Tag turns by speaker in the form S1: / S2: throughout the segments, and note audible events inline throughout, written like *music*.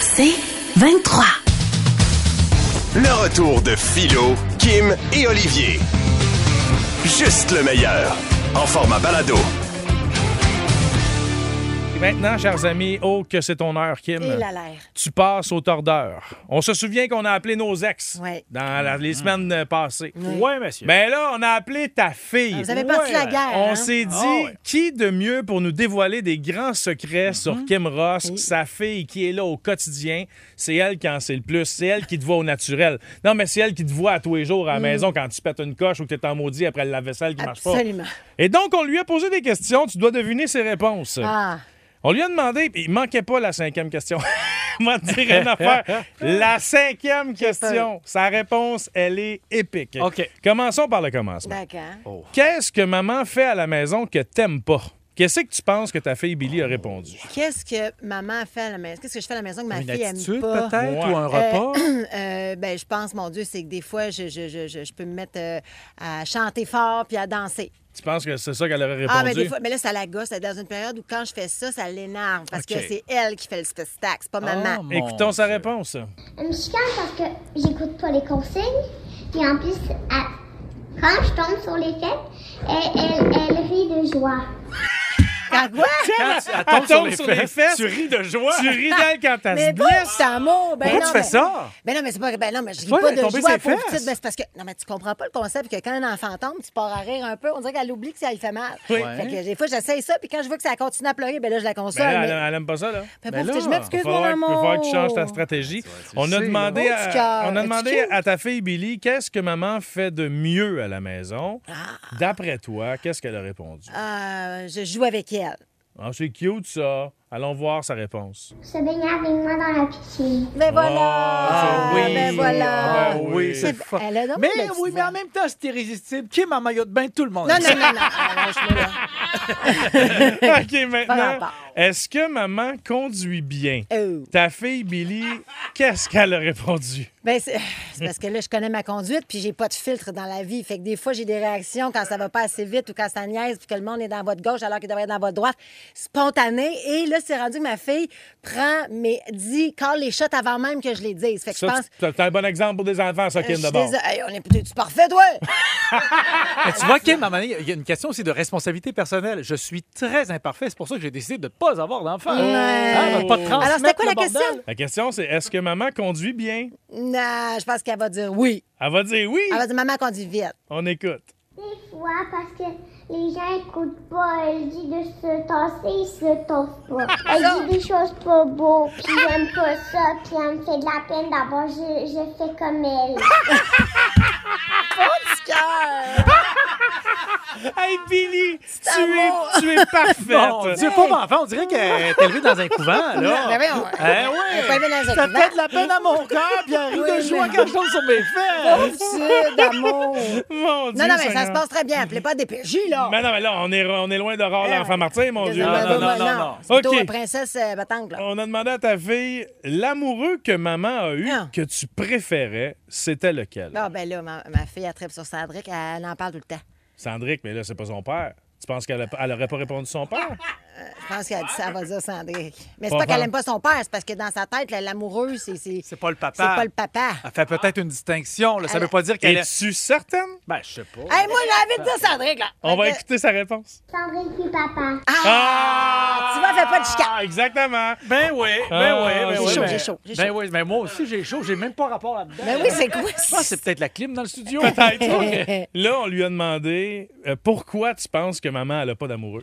S1: C'est 23.
S2: Le retour de Philo, Kim et Olivier. Juste le meilleur. En format balado.
S3: Et maintenant, chers amis, oh que c'est ton heure, Kim.
S4: Et la l'air.
S3: Tu passes au tordeur. On se souvient qu'on a appelé nos ex
S4: Ouais.
S3: dans la- les semaines passées.
S5: Oui, Mmh. monsieur.
S3: Mais là, on a appelé ta fille.
S4: Ah, Vous avez parti la guerre.
S3: On
S4: hein?
S3: s'est dit,
S5: Ah ouais.
S3: qui de mieux pour nous dévoiler des grands
S4: Mhm.
S3: secrets sur Kim Ross, sa fille qui est là au quotidien? C'est elle qui en sait le plus. C'est elle qui te voit au naturel. Non, mais c'est elle qui te voit à tous les jours à
S4: Mhm.
S3: la maison quand tu pètes une coche ou que tu es en maudit après le lave-vaisselle qui marche pas.
S4: Absolument.
S3: Et donc, on lui a posé des questions. Tu dois deviner ses réponses.
S4: Ah,
S3: On lui a demandé, il manquait pas la cinquième question. *laughs* Moi, te dire une affaire. La cinquième question, sa réponse, elle est épique.
S5: OK.
S3: Commençons par le commencement.
S4: d'accord.
S5: Oh.
S3: Qu'est-ce que maman fait à la maison que t'aimes pas? Qu'est-ce que tu penses que ta fille Billy a répondu?
S4: Qu'est-ce que maman fait à la maison? Qu'est-ce que je fais à la maison que ma
S5: Une
S4: fille aime
S5: attitude
S4: pas?
S5: peut-être
S3: Ouais.
S5: ou un
S4: Euh,
S5: repas?
S4: *clears throat* euh, ben, je pense, mon Dieu, c'est que des fois, je, je, je, je, je peux me mettre euh, à chanter fort puis à danser.
S3: Tu penses que c'est ça qu'elle aurait répondu?
S4: Ah, mais des fois, mais là, ça la gosse. C'est dans une période où quand je fais ça, ça l'énerve parce
S5: OK.
S4: que c'est elle qui fait le spectacle, c'est pas
S5: Oh,
S4: maman.
S5: mon
S3: Écoutons sa
S5: Dieu.
S3: réponse.
S6: Elle me chicane parce que j'écoute pas les consignes. Et en plus, elle- quand je tombe sur les fêtes, elle, elle, elle rit de joie.
S4: *laughs* Quand quoi?
S5: Quand tu- elle
S3: Elle
S5: tombe sur
S3: tombe
S5: les
S3: sur les
S5: fesses,
S3: fesses.
S5: tu ris de joie.
S3: Tu ris d'elle quand elle se
S4: Mais bon,
S3: blesse.
S4: c'est un mot. Ben
S5: Pourquoi
S4: non,
S5: tu fais
S4: mais-
S5: ça?
S4: Ben non, mais c'est pas. Ben non, mais je ris
S5: Pourquoi
S4: pas
S5: elle est
S4: de
S5: tombée
S4: joie
S5: ses
S4: pour
S5: fesses?
S4: petite. Ben c'est parce que. Non, mais tu comprends pas le concept que quand un enfant tombe, tu pars à rire un peu. On dirait qu'elle oublie que ça lui fait mal. Fait que des fois, j'essaye ça, puis quand je vois que ça continue à pleurer, ben là, je la console.
S3: Mais là,
S4: mais-
S3: elle, elle aime pas ça, là.
S4: Mais
S5: Ben
S4: pauvre,
S5: là,
S4: je
S3: Il
S4: m'excuse,
S3: va
S4: mon
S3: falloir,
S4: amour.
S3: va falloir que tu changes ta stratégie. On a
S5: sais,
S3: demandé,
S4: là. Oh, petit
S3: à,
S4: cœur.
S3: on a
S4: Es-tu
S3: demandé
S4: cute?
S3: à ta fille Billy qu'est-ce que maman fait de mieux à la maison.
S4: Ah.
S3: D'après toi, qu'est-ce qu'elle a répondu?
S4: Euh, je joue avec elle.
S3: Ah, c'est cute, ça. Allons voir sa réponse.
S6: Se baigner avec moi dans la piscine.
S4: Mais Ben
S3: Ah,
S4: voilà!
S3: oui.
S4: Mais voilà!
S3: Ah, ben
S5: oui,
S4: c'est- Elle a donc
S5: Mais
S4: la petite
S5: oui, mais
S4: voix.
S5: en même temps, c'est irrésistible. Kim en maillot de bain, tout le monde.
S4: Non,
S5: aime ça.
S4: non, non, non. Arrange-moi, là.
S3: *laughs* OK, maintenant,
S4: rapport.
S3: est-ce que maman conduit bien?
S4: Oh.
S3: Ta fille Billy, qu'est-ce qu'elle a répondu?
S4: Ben, c'est *sighs* c'est parce que là, je connais ma conduite, puis j'ai pas de filtre dans la vie. Fait que des fois, j'ai des réactions quand ça va pas assez vite ou quand ça niaise, puis que le monde est dans votre gauche alors qu'il devrait être dans votre droite, spontané. Et là, c'est rendu que ma fille prend, mais dit, call les shots avant même que je les dise. Fait que je
S3: Ça,
S4: pense. Euh,
S3: tu- t'as- t'as un bon exemple pour des enfants, ça,
S4: Je
S3: Kim,
S4: suis
S3: d'abord.
S4: désolée. Hey, on est peut-être parfait, toi! *laughs*
S5: Mais Ah, tu vois, Kim, à un moment donné, il y a une question aussi de responsabilité personnelle. Je suis très imparfait. C'est pour ça que j'ai décidé de ne pas avoir d'enfant. Hein, de pas transmettre
S4: Alors, c'était quoi
S5: le
S4: la question?
S5: bordel.
S3: La question, c'est est-ce que maman conduit bien?
S4: Non, je pense qu'elle va dire oui.
S3: Elle va dire oui.
S4: Elle va dire, maman conduit vite.
S3: On écoute.
S6: Des fois, parce que les gens écoutent pas, elle dit de se tasser, ils se tassent pas. Elle dit des choses pas beaux, puis j'aime pas ça, puis elle me fait de la peine d'avoir, je, je fais comme elle.
S5: *laughs*
S3: Hey, Billy, tu es,
S4: amour.
S3: tu es parfaite.
S5: Mon Dieu, pauvre enfant, on dirait qu'elle est élevée dans un couvent, là.
S4: Mais voyons,
S5: Eh Ah,
S4: elle est pas élevée dans un
S5: Ça
S4: couvent.
S5: fait de la peine à mon cœur, puis elle rit
S4: Oui,
S5: de joie
S4: mais-
S5: quand je tombe sur mes fesses.
S4: Dieu d'amour!
S3: Mon Dieu
S4: Non, non, mais ça
S3: Seigneur.
S4: se passe très bien. Appelez pas Ah, des PJ, là!
S3: Mais non, mais là, on est, on est loin d'horreur, l'enfant martyr, mon Dieu.
S5: Non,
S4: Ben, ben,
S5: non,
S4: ben,
S5: non, non.
S4: C'est plutôt
S3: OK. Oh.
S4: la princesse euh, Batangue, là.
S3: On a demandé à ta fille, l'amoureux que maman a eu,
S4: Ah.
S3: que tu préférais, c'était lequel?
S4: Ah, ben là, ma, ma fille, elle tripe sur Cendric, elle en parle tout le temps.
S3: Sandrick, mais là, c'est pas son père. Tu penses qu'elle a- elle aurait pas répondu son
S4: *laughs*
S3: père?
S4: Je pense qu'elle dit ça, elle va dire Cendric. Mais c'est
S3: Pas
S4: pas qu'elle
S3: vrai.
S4: aime pas son père, c'est parce que dans sa tête, là, l'amoureux, c'est.
S5: C'est pas le papa.
S4: C'est pas le papa.
S5: Elle fait peut-être une distinction. Là. Ça
S4: Elle-
S5: veut pas dire qu'elle est...
S3: Es-tu certaine?
S5: Ben, je sais pas.
S4: Hey, moi, j'ai envie de dire Cendric, là!
S3: On va
S4: Fait que-
S3: écouter sa réponse.
S6: Sandrine puis papa.
S3: Ah!
S4: Tu m'as fait pas de chicane.
S3: Ah, exactement.
S5: Ben oui, ben
S3: Ah,
S5: oui, ben
S3: j'ai
S5: oui.
S3: chaud,
S5: ben-
S4: j'ai chaud, j'ai
S5: Ben
S4: chaud.
S5: oui, mais moi aussi, j'ai chaud. J'ai même pas rapport là-dedans.
S4: Ben oui, c'est quoi
S5: Ah, c'est peut-être la clim dans le studio. *laughs*
S3: *laughs* Peut-être. Là, on lui a demandé euh, pourquoi tu penses que maman, elle a pas d'amoureux.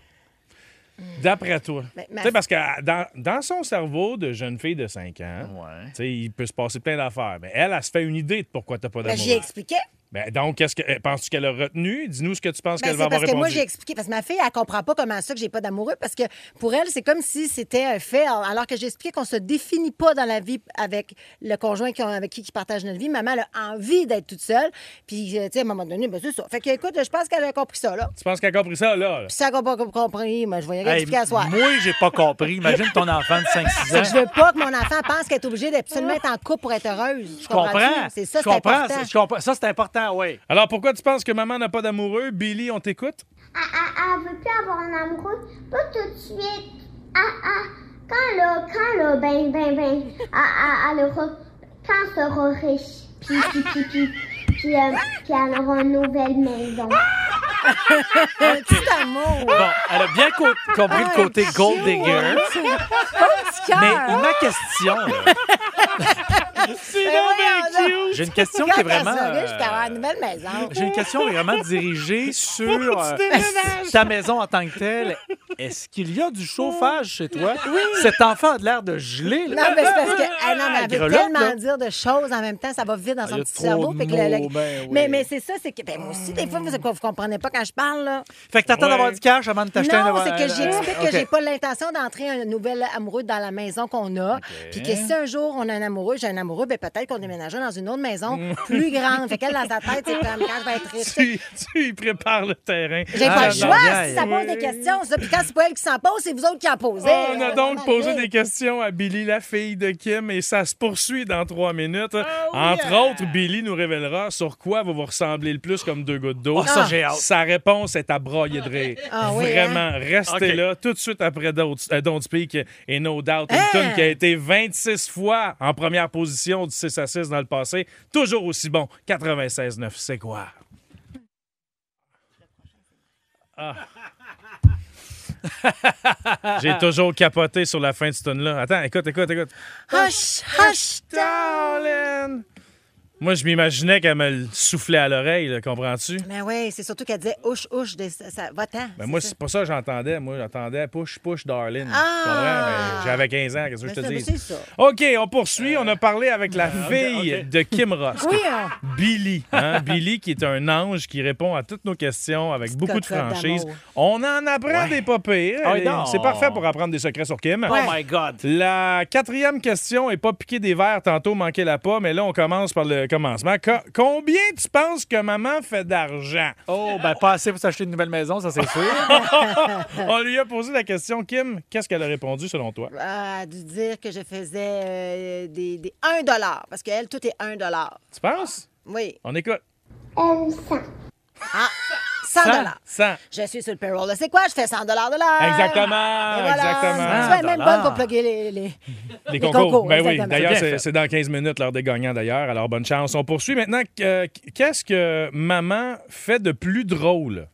S4: Hmm.
S3: D'après toi.
S4: Mais-
S3: Tu sais, parce que ah, dans, dans son cerveau de jeune fille de 5 ans,
S5: Ouais.
S3: tu sais, il peut se passer plein d'affaires. Mais elle, elle, se fait une idée de pourquoi t'as pas
S4: Ben, j'y ai
S3: d'amoureux.
S4: expliqué.
S3: Ben, donc, qu'est-ce que euh, penses-tu qu'elle a retenu? Dis-nous ce que tu penses
S4: Ben,
S3: qu'elle
S4: c'est
S3: va
S4: parce
S3: avoir
S4: que moi,
S3: répondu.
S4: j'ai expliqué. Parce que ma fille, elle comprend pas comment ça que j'ai pas d'amoureux. Parce que pour elle, c'est comme si c'était un fait. Alors que j'ai expliqué qu'on se définit pas dans la vie avec le conjoint qui- avec qui qui partage notre vie. Maman, elle a envie d'être toute seule. Puis, euh, tu sais, à un moment donné, ben, c'est ça. Fait que, écoute, je pense qu'elle a compris ça, là.
S3: Tu penses qu'elle a compris ça, là? là?
S4: Puis, si elle n'a pas compris, ben, je vais y
S5: Hey,
S4: réexpliquer à soir.
S5: moi, j'ai pas compris. Imagine ton
S4: *laughs*
S5: enfant de 5-6
S4: C'est
S5: ans.
S4: que je veux pas que mon enfant pense qu'elle est obligée d'absolument être en couple pour être heureuse.
S5: Je comprends.
S4: comprends-tu? C'est ça,
S5: je
S4: c'est
S5: comprends.
S4: important.
S5: Je comprends. Ça, c'est important, oui.
S3: Alors, pourquoi tu penses que maman n'a pas d'amoureux? Billy, on t'écoute?
S6: Elle, elle- elle veut ah, plus avoir un amoureux, pas tout de suite. Elle- elle- quand là, quand là, ben, ben, ben, elle, elle- elle aura- quand elle sera riche, puis, puis, puis, puis, puis, euh, puis elle aura une nouvelle maison.
S4: Un petit amour.
S5: Bon, elle a bien co- compris
S4: Ah,
S5: le côté gold digger.
S4: Petit cœur.
S5: Mais ma question, là,
S4: *laughs* Ben voyons donc.
S5: j'ai une question
S4: Quand
S5: qui est
S4: elle sera
S5: vraiment.
S4: riche,
S5: euh,
S4: tu auras une nouvelle maison.
S5: J'ai une question vraiment
S4: *laughs*
S5: dirigée sur euh, ta maison en tant que telle. Est-ce qu'il y a du chauffage chez toi? Oui. Cet enfant a de l'air de geler.
S4: Non,
S5: Là.
S4: mais c'est parce
S5: *laughs*
S4: que ah, non, mais elle veut
S5: Grelotte,
S4: tellement
S5: là. Ah,
S4: dire de choses en même temps, ça va vite dans son
S5: y a
S4: petit
S5: trop
S4: cerveau.
S5: de
S4: fait que le- le-
S5: mots, ben oui.
S4: Mais, mais c'est ça, c'est que ben, moi aussi, des fois, vous, vous comprenez pas quand je parle. Là.
S5: Fait que t'attends d'avoir
S3: Ouais.
S5: du cash avant de t'acheter un
S4: Non,
S5: un-
S4: c'est que j'explique
S5: Ok.
S4: que j'ai pas l'intention d'entrer un nouvel amoureux dans la maison qu'on a. Puis que si un jour on a un amoureux, j'ai un amoureux, ben peut-être qu'on déménagera dans une autre
S5: *laughs*
S4: maison plus grande. Fait qu'elle, dans sa tête, c'est comme quand je vais être riche.
S3: Tu, tu y prépares le terrain. Ah,
S4: J'ai pas le
S5: aïe,
S4: choix
S5: aïe,
S4: si ça
S5: aïe.
S4: pose des questions. Ça. Puis quand c'est pas elle qui s'en pose, c'est vous autres qui en posez.
S3: Oh,
S5: Oh,
S3: On a
S4: Euh,
S3: donc
S4: vraiment,
S3: posé
S4: oui.
S3: des questions à Billy, la fille de Kim, et ça se poursuit dans trois minutes.
S5: Oh,
S3: Entre autres, Billy nous révélera sur quoi vous vous ressemblez le plus comme deux gouttes d'eau. Ah,
S5: Oh, ça, j'ai hâte. hein?
S3: Sa réponse est à broyer de rire.
S4: Ah oui,
S3: Vraiment, restez
S5: OK.
S3: là tout de suite après Don't euh, Don't Speak et No Doubt, une
S4: Hein?
S3: tune qui a été 26 fois en première position du 6 à 6 dans le passé. Toujours aussi bon. 96-9, c'est quoi? Ah. J'ai toujours capoté sur la fin de ce tune-là. Attends, écoute, écoute, écoute.
S4: Hush, hush,
S3: Darling! Moi, je m'imaginais qu'elle me le soufflait à l'oreille, là, comprends-tu?
S4: Mais oui, c'est surtout qu'elle disait ouche, ouche, des- ça, ça- va-t'en.
S3: Ben moi,
S4: ça.
S3: c'est pas ça que j'entendais. Moi, j'entendais push, push, darling.
S4: Ah!
S3: Tu comprends? Ben, J'avais 15 ans, qu'est-ce que je
S4: Mais
S3: te
S4: ça, mais
S3: dis?
S4: c'est ça. Ah,
S3: OK, on poursuit. On a parlé avec la fille de Kim Ross.
S4: *laughs* Oui, hein.
S3: Billy. hein? Billy, qui est un ange qui répond à toutes nos questions avec beaucoup de
S4: cocotte
S3: franchise.
S4: d'amour.
S3: On en apprend des pas pires.
S5: Ah oui,
S3: Elle est-
S5: donc.
S3: C'est parfait pour apprendre des secrets sur Kim.
S5: Oh my God.
S3: La quatrième question est pas piquer des verres, tantôt manquer la pomme, mais là, on commence par le commencement. Co- combien tu penses que maman fait d'argent?
S5: Oh, ben pas assez pour s'acheter une nouvelle maison, ça
S4: *laughs*
S5: c'est sûr.
S3: On lui a posé la question, Kim, qu'est-ce qu'elle a répondu selon toi?
S4: Ah, dû dire que je faisais euh, des, des 1 parce qu'elle, tout est 1
S3: Tu penses?
S4: Oui,
S3: On écoute.
S6: Euh, ça.
S4: 100
S3: 100.
S4: Je suis sur le payroll. là. C'est quoi? Je fais 100 de l'heure.
S3: Exactement,
S4: Euh, Et voilà.
S3: exactement.
S4: Tu es même bonne pour plugger les... les-
S3: Les
S4: Les
S3: concours.
S4: concours,
S3: ben oui,
S4: exactement.
S3: d'ailleurs,
S5: Bien
S3: c'est
S5: fait.
S3: c'est dans 15 minutes l'heure des gagnants, d'ailleurs. Alors, bonne chance. On poursuit maintenant. Euh, Qu'est-ce que maman fait de plus drôle?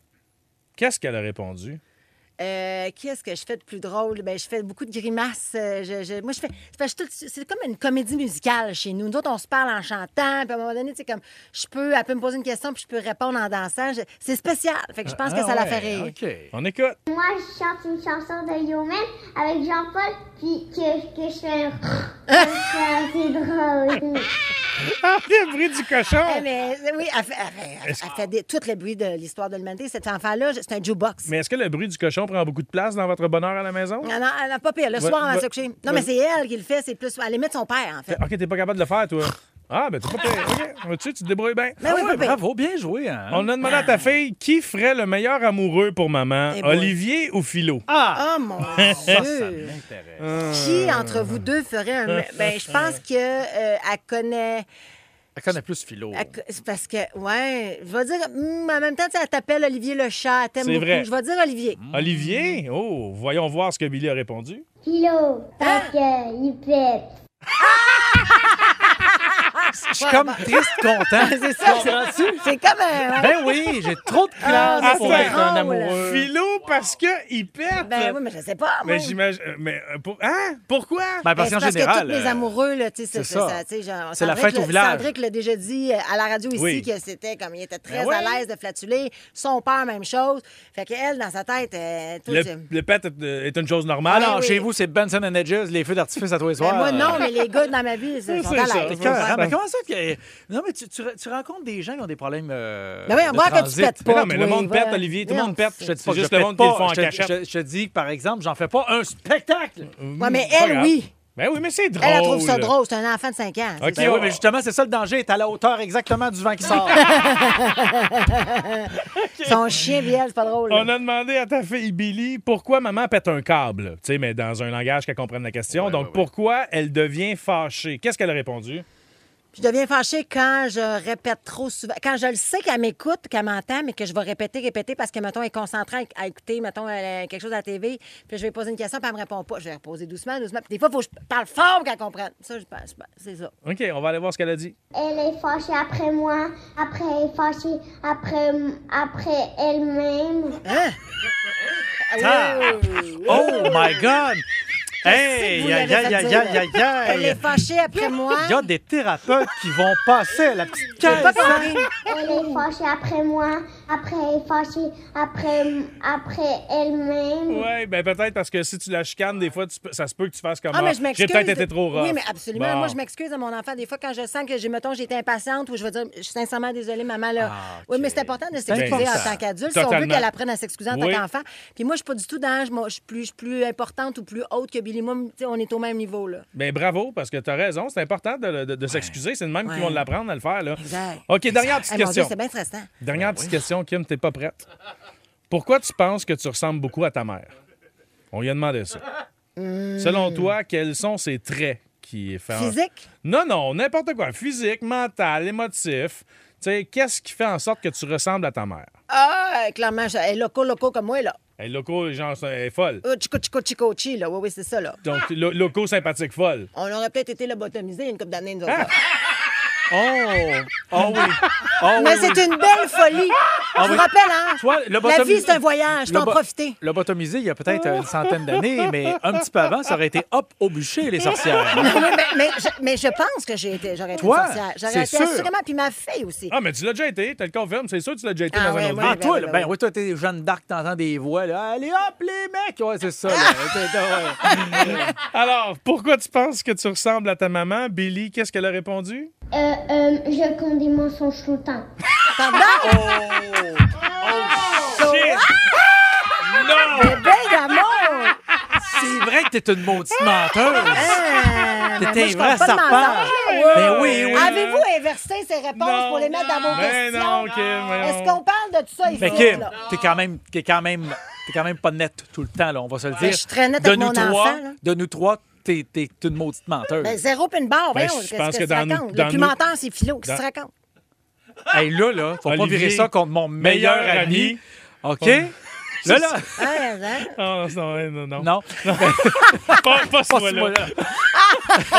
S3: Qu'est-ce qu'elle a répondu?
S4: Euh, Qu'est-ce que je fais de plus drôle? Ben, je fais beaucoup de grimaces. euh, Je, je- moi, je fais, je fais- je tout- c'est comme une comédie musicale chez nous. Nous autres, on se parle en chantant. Puis à un moment donné, c'est comme, je peux, elle peut me poser une question, puis je peux répondre en dansant. Je- C'est spécial. Fait que
S3: Ah,
S4: je pense que ça la fait rire.
S5: OK.
S3: On écoute.
S6: Moi, je chante une chanson de Yomen avec Jean-Paul, puis que, que je fais un... Ça, c'est drôle.
S3: Ah, le bruit du
S4: Eh,
S3: cochon!
S4: mais, oui, elle fait, elle fait- elle fait des- tout le bruit de l'histoire de l'humanité. Cet enfant-là, c'est un jukebox.
S3: Mais est-ce que le bruit du cochon prend beaucoup de place dans votre bonheur à la maison?
S4: Elle n'a elle en a pas pire. Le
S3: Va-
S4: soir, on
S3: va-
S4: va se coucher. Non,
S3: va-
S4: mais c'est elle qui le fait. C'est plus, à la limite, son père, en fait.
S3: OK, t'es pas capable de le faire, toi. Ah, ben t'es pas pire. OK, vois-tu, tu te débrouilles bien. Ah
S4: Mais Ben oui,
S5: Ouais,
S4: pas pire.
S5: bravo, bien joué. Hein?
S3: On a demandé à ta fille qui ferait le meilleur amoureux pour maman,
S4: Eh boy.
S3: Olivier ou Philo?
S5: Ah!
S4: Oh
S3: *laughs*
S4: mon Dieu! Qui entre vous deux ferait un. me- Ben, je pense que euh, elle connaît.
S5: Elle connaît plus philo.
S4: elle co- c'est parce que, ouais, je vais dire. hum, en même temps, tu sais, elle t'appelle Olivier le chat, elle t'aime
S3: C'est
S4: beaucoup.
S3: vrai.
S4: Je vais dire Olivier.
S3: Olivier? Oh, voyons voir ce que Billy a répondu.
S6: Philo, parce qu'il pète.
S5: Je suis comme triste, content.
S4: Ah, bah. *laughs* C'est ça, c'est c'est comme
S3: *laughs*
S4: un. ouais.
S5: Ben oui, j'ai trop de classe
S4: Ah, mais
S5: pour
S3: c'est
S5: être un
S4: drôle.
S5: amoureux.
S3: Philo, parce que il pète!
S4: Ben oui, mais je sais pas. moi.
S3: Mais j'imagine. euh, Mais euh, pour... Hein? Pourquoi?
S5: Ben,
S4: Ben,
S5: parce
S4: c'est
S5: qu'en
S4: parce
S5: général.
S4: que tous les
S5: euh,
S4: amoureux, là, tu sais, c'est
S5: c'est ça.
S4: ça. tu sais, genre,
S5: C'est la
S4: Sandrick
S5: fête au
S4: le-
S5: village.
S4: Sandrick l'a déjà dit euh, à la radio ici
S3: Oui.
S4: que c'était comme il était très
S3: Ben ouais.
S4: à l'aise de flatuler. Son père, même chose. Fait qu'elle, dans sa tête, euh, toi,
S3: le,
S4: tu-
S3: le pet est- euh, est une chose
S5: Ah
S3: normale.
S5: non,
S4: oui.
S5: chez vous, c'est Benson and Hedges, les feux d'artifice à tous les
S4: Ben,
S5: soirs.
S4: moi, non, mais les gars dans ma vie, ils sont
S3: *laughs* C'est
S4: à
S3: ça,
S4: l'aise.
S3: c'est ça.
S5: Ah, ben, comment Comment ça que. Non, mais tu, tu, tu rencontres des gens qui ont des problèmes. euh,
S4: Ben oui,
S5: de
S4: on voit quand tu
S5: transit.
S4: pètes
S3: Mais
S4: pas.
S3: non, mais le
S4: toi,
S3: monde
S4: voilà.
S3: pète, Olivier, tout le
S4: Non,
S3: monde pète.
S4: c'est-
S3: Je te dis
S5: Pas que
S3: juste
S5: je
S3: le
S5: pète
S3: monde qui le
S5: pas,
S3: font en
S5: je te-
S3: cachette.
S5: Je, je te dis que, par exemple, j'en fais pas un spectacle.
S4: Ouais, mais
S3: Hum, Pas
S4: elle,
S3: grave.
S4: oui.
S3: Ben oui, mais c'est drôle.
S4: Elle, elle trouve ça drôle. C'est un enfant de 5 ans.
S3: OK,
S4: c'est
S5: Ben
S4: ça.
S5: oui, mais justement, c'est ça le danger, est à la hauteur exactement du vent qui sort.
S4: Son chien, puis elle, c'est pas drôle. là.
S3: On a demandé à ta fille Billy pourquoi maman pète un câble, tu sais, mais dans un langage qu'elle comprenne la question. Donc, pourquoi elle devient fâchée? Qu'est-ce qu'elle a répondu?
S4: Je deviens fâchée quand je répète trop souvent. Quand je le sais qu'elle m'écoute, qu'elle m'entend, mais que je vais répéter, répéter parce que, mettons, elle est concentrée à à écouter, mettons, elle- quelque chose à la TV. Puis je vais poser une question, puis elle me répond pas. Je vais reposer doucement, doucement. Puis des fois, il faut que je parle fort pour qu'elle comprenne. Ça, je pense. C'est ça.
S3: OK, on va aller voir ce qu'elle a dit.
S6: Elle est fâchée après moi, après elle est fâchée après, après elle-même.
S5: Ah! Oh my God! Hey!
S4: Ah, vous
S5: ya,
S4: l'avez
S5: ya,
S4: fait
S5: ya,
S4: dire,
S5: ya,
S4: là.
S5: ya, ya.
S4: Elle est fâchée après moi.
S5: Il y a des thérapeutes qui vont passer à la petite caisse. hein?
S4: Pas compris.
S6: Elle est fâchée après moi, après elle est fâchée après, après elle-même.
S3: Oui, ben peut-être parce que si tu la chicanes, des fois, tu peux- ça se peut que tu fasses comme
S4: Ah,
S3: ah,
S4: mais je
S3: J'ai
S4: m'excuse.
S3: peut-être été trop rough.
S4: Oui, mais absolument.
S3: Bon.
S4: Moi, je m'excuse à mon enfant. Des fois, quand je sens que, j'ai, mettons, j'ai été impatiente ou je vais dire, je suis sincèrement désolée, maman. Là.
S5: Ah,
S4: Oui, mais
S5: OK.
S4: c'est important de s'excuser
S3: important.
S4: en tant qu'adulte si on veut
S3: Totalement.
S4: qu'elle apprenne à s'excuser en
S3: Oui.
S4: tant qu'enfant. Puis moi, je suis pas du tout dans, je moi, je suis plus, je suis plus importante ou plus haute que Billy. Moi, tu sais, on est au même niveau. Là.
S3: Ben, bravo, parce que tu as raison. C'est important de, le- de- de s'excuser. C'est de même qu'ils
S4: Ouais.
S3: vont l'apprendre à le faire. Là.
S4: Exact.
S3: OK, dernière petite
S4: Hey, mon Dieu,
S3: question.
S4: c'est bien stressant.
S3: Dernière petite question, Kim, t'es pas prête. Pourquoi tu penses que tu ressembles beaucoup à ta mère? On lui a demandé ça. Selon toi, quels sont ses traits qui font.
S4: Hmm. Physique?
S3: Non, non, n'importe quoi. Physique, mental, émotif. Tu sais, qu'est-ce qui fait en sorte que tu ressembles à ta mère?
S4: Ah, euh, clairement, je- elle est loco, loco comme moi, là.
S3: Elle loco, genre, ça- elle est folle.
S4: Euh, Chico, chico, chico, chi, là. Oui, oui, c'est ça, là.
S3: Donc, lo- loco, sympathique, folle.
S4: On aurait peut-être été lobotomisés une couple d'années, nous autres. là.
S5: Oh! Oh oui! Oh
S3: Ah!
S4: Mais
S5: oui, oui.
S4: c'est une belle folie. je vous
S5: oui.
S4: rappelle, hein?
S5: Toi, le
S4: la
S5: bottom-
S4: vie, c'est un voyage. Faut en
S5: Lobo-
S4: profiter.
S5: Lobotomisé il y a peut-être une
S4: *laughs*
S5: centaine d'années, mais un petit peu avant, ça aurait été hop au bûcher, les sorcières.
S4: Ah Oui, mais, mais je, mais je pense que j'ai été, j'aurais été
S5: Toi,
S4: sorcière.
S5: c'est
S4: J'aurais été
S5: sûr.
S4: assurément, puis ma fille aussi.
S3: Ah, mais tu l'as déjà été, tu le confirmes. C'est sûr que tu l'as déjà été
S4: Ah,
S3: dans un
S4: ouais,
S3: autre
S4: ouais.
S3: vie.
S5: Ah, toi,
S4: ben,
S5: là,
S4: ben,
S5: ben,
S4: oui.
S5: ouais, toi, t'es Jeanne d'Arc, t'entends des voix, là. Allez hop, les mecs! Ouais, c'est ça,
S4: Ah!
S5: là. T'es- t'es- ouais.
S3: Alors, pourquoi tu penses que tu ressembles à ta maman? Billy, qu'est-ce qu'elle a répondu?
S6: Euh, euh, je compte des mensonges tout le temps.
S4: Pardon?
S3: Shit! Non!
S4: Ben d'amour!
S5: C'est vrai que t'es une maudite menteuse!
S3: Ah
S4: Hein, ben,
S5: T'étais
S4: moi, je
S5: vrai
S4: compte pas de Ah,
S5: serpent.
S4: mensonges, là, oui.
S5: Ben oui, oui.
S4: Avez-vous inversé ces réponses
S3: Non.
S4: pour les mettre dans vos
S3: Ben
S4: questions?
S3: non, Kim, ben
S4: Est-ce
S3: non.
S4: qu'on parle de tout ça ici?
S5: Mais Kim,
S4: là?
S5: t'es quand même, t'es quand même, t'es quand même pas nette tout le temps, là. On va se le dire.
S4: je suis très nette
S5: de
S4: avec
S5: nous
S4: mon
S5: trois,
S4: enfant, là.
S5: De nous trois, t'es, t'es une maudite menteuse.
S4: Ben, zéro puis une barre,
S3: Ben,
S4: voyons,
S3: je
S4: qu'est-ce
S3: pense que
S4: que tu
S3: dans nous-
S4: racontes?
S3: dans
S4: Documentaire, c'est philo, qu'est-ce que tu
S3: Dans-
S4: racontes?
S5: Hey, là, là, faut pas
S3: Olivier,
S5: virer ça contre mon meilleur,
S3: meilleur ami.
S5: ami. OK? Là, là.
S4: Hein, hein?
S3: Oh, non, non, non.
S5: Non.
S3: Pas, pas ce
S5: Pas ce
S3: mois-là.
S5: mois-là.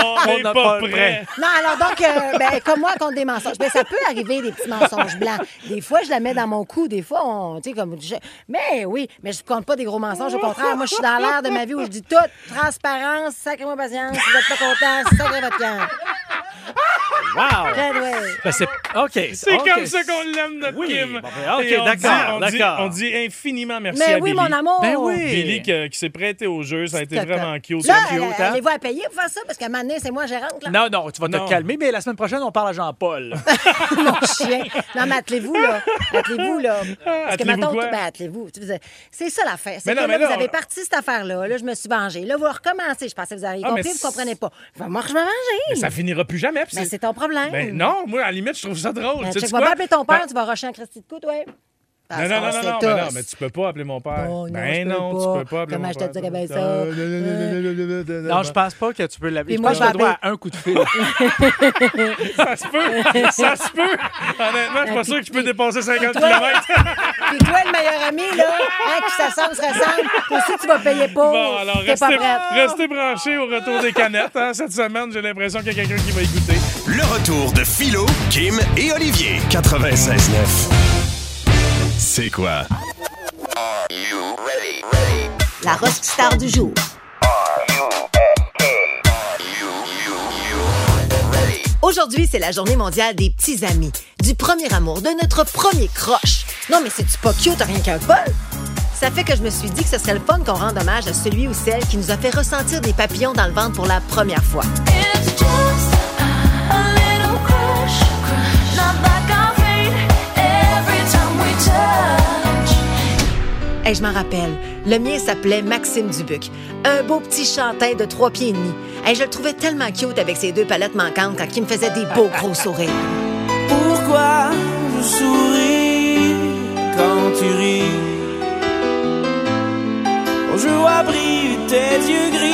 S3: On n'est
S5: n'a
S3: pas,
S5: pas le
S3: prêt.
S5: prêt.
S4: Non, alors donc, euh, ben, comme moi, contre des mensonges. Ben, ça peut arriver, des petits mensonges blancs. Des fois, je la mets dans mon cou. Des fois, on. Tu sais, comme. je- Mais oui, mais je compte pas des gros mensonges. Au contraire, moi, je suis dans l'ère de ma vie où je dis tout. Transparence, sacré-moi patience. Si vous êtes pas content, sacré votre camp.
S5: Wow!
S4: Ben, ouais.
S5: Ben, c'est... OK.
S3: C'est
S5: OK.
S3: comme ça qu'on l'aime, notre
S5: Oui, bon,
S3: Kim.
S5: ben, OK,
S3: Et on dit-
S5: d'accord,
S3: on dit-
S5: d'accord.
S3: On dit infiniment merci
S4: Mais
S3: à
S4: oui,
S3: Billy.
S4: mon amour.
S5: Ben oui.
S3: Billy qui, qui s'est prêté au jeu, ça a été vraiment cute.
S4: Là,
S5: c'est
S4: elle,
S5: cute,
S4: elle
S5: hein?
S4: les voit à payer pour faire ça, parce qu'à un moment donné, c'est moi gérante, là.
S5: Non, non, tu vas
S3: Non.
S5: te calmer, mais la semaine prochaine, on parle à
S3: *laughs*
S5: Jean-Paul.
S4: *laughs* mon chien. Non, mais attelez-vous, là. Attelez-vous, là. Parce que
S3: attelez-vous
S4: maintenant,
S3: quoi?
S4: ben, attelez-vous. Tu faisais- C'est ça l'affaire.
S3: Mais
S4: C'est que
S3: non,
S4: là,
S3: mais là,
S4: vous avez
S3: on-
S4: parti cette affaire-là. Là, je me suis vengée. Là, vous recommencez. Je pensais que vous aviez
S3: Ah,
S4: compris,
S3: mais
S4: vous comprenez pas. Ben, moi, je me vengeais.
S3: Ça finira plus jamais. puis
S4: Mais c'est ton problème.
S3: Ben non, moi, à la limite, je trouve ça drôle.
S4: Ben,
S3: Sais-tu
S4: check, va
S3: quoi?
S4: pas appeler ton père, Ah,
S3: Ben-
S4: tu vas rusher un Christy de coude, ouais.
S3: Non, non, non, non, non, ben non, mais tu peux pas appeler mon père.
S4: Oh, non,
S3: ben
S4: je peux
S3: non,
S4: pas.
S3: tu peux pas appeler
S4: Comment
S3: mon
S4: je
S3: père.
S4: te dirais bien Euh. ça?
S5: non, je pense pas que tu peux
S4: Puis
S5: l'appeler. Je
S4: moi,
S5: pense
S4: je
S5: que je te dois
S4: l'appelle.
S5: à un coup de fil.
S3: Ça se peut, ça se peut. Honnêtement, je suis pas sûr que je peux dépasser 50 km.
S4: *laughs* Puis toi, le meilleur ami, là, hein, qui s'assemble, se ressemble, toi aussi, tu vas payer pour.
S3: Bon, alors
S4: oh, T'es pas
S3: restez,
S4: prête.
S3: restez branchés au retour des canettes. hein. Cette semaine, j'ai l'impression qu'il y a quelqu'un qui va écouter.
S2: Le retour de Philo, Kim et Olivier. 96.9. C'est quoi?
S1: La rock star du jour. Aujourd'hui, c'est la journée mondiale des petits amis, du premier amour, de notre premier croche. Non, mais c'est-tu pas cute, rien qu'un bol? Ça fait que je me suis dit que ce serait le fun qu'on rende hommage à celui ou celle qui nous a fait ressentir des papillons dans le ventre pour la première fois.
S7: It's just a little cry.
S4: Hey, je m'en rappelle. Le mien s'appelait Maxime Dubuc. Un beau petit chantin de trois pieds et demi. Hey, je le trouvais tellement cute avec ses deux palettes manquantes quand il me faisait des beaux gros sourires.
S7: Pourquoi je souris quand tu ris Quand je vois briller tes yeux gris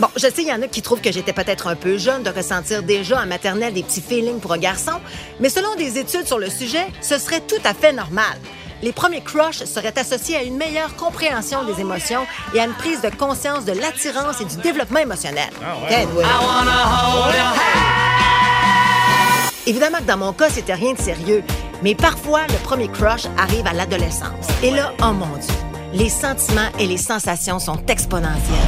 S4: Bon, je sais, il y en a qui trouvent que j'étais peut-être un peu jeune de ressentir déjà en maternelle des petits feelings pour un garçon, mais selon des études sur le sujet, ce serait tout à fait normal. Les premiers crushs seraient associés à une meilleure compréhension des émotions et à une prise de conscience de l'attirance et du développement émotionnel. Dead wood. Évidemment que dans mon cas, c'était rien de sérieux, mais parfois, le premier crush arrive à l'adolescence. Et là, oh mon Dieu, les sentiments et les sensations sont exponentiels.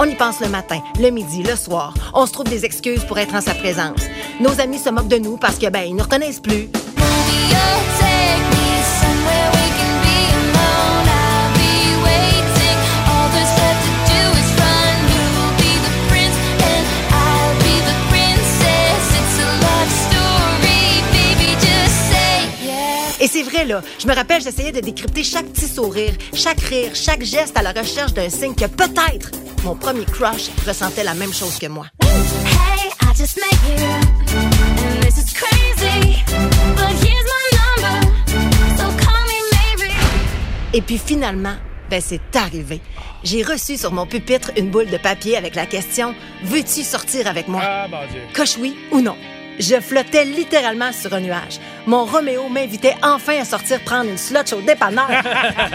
S4: On y pense le matin, le midi, le soir. On se trouve des excuses pour être en sa présence. Nos amis se moquent de nous parce que ben ils nous reconnaissent plus. Et c'est vrai là, je me rappelle, j'essayais de décrypter chaque petit sourire, chaque rire, chaque geste à la recherche d'un signe que peut-être mon premier crush ressentait la même chose que moi.
S8: Hey, I just met you, and this is crazy. But here's my number, so call me maybe.
S4: Et puis finalement, ben c'est arrivé. J'ai reçu sur mon pupitre une boule de papier avec la question Veux-tu sortir avec moi
S9: Ah, mon Dieu.
S4: Coche oui ou non. Je flottais littéralement sur un nuage. Mon Roméo m'invitait enfin à sortir prendre une slotch au dépanneur.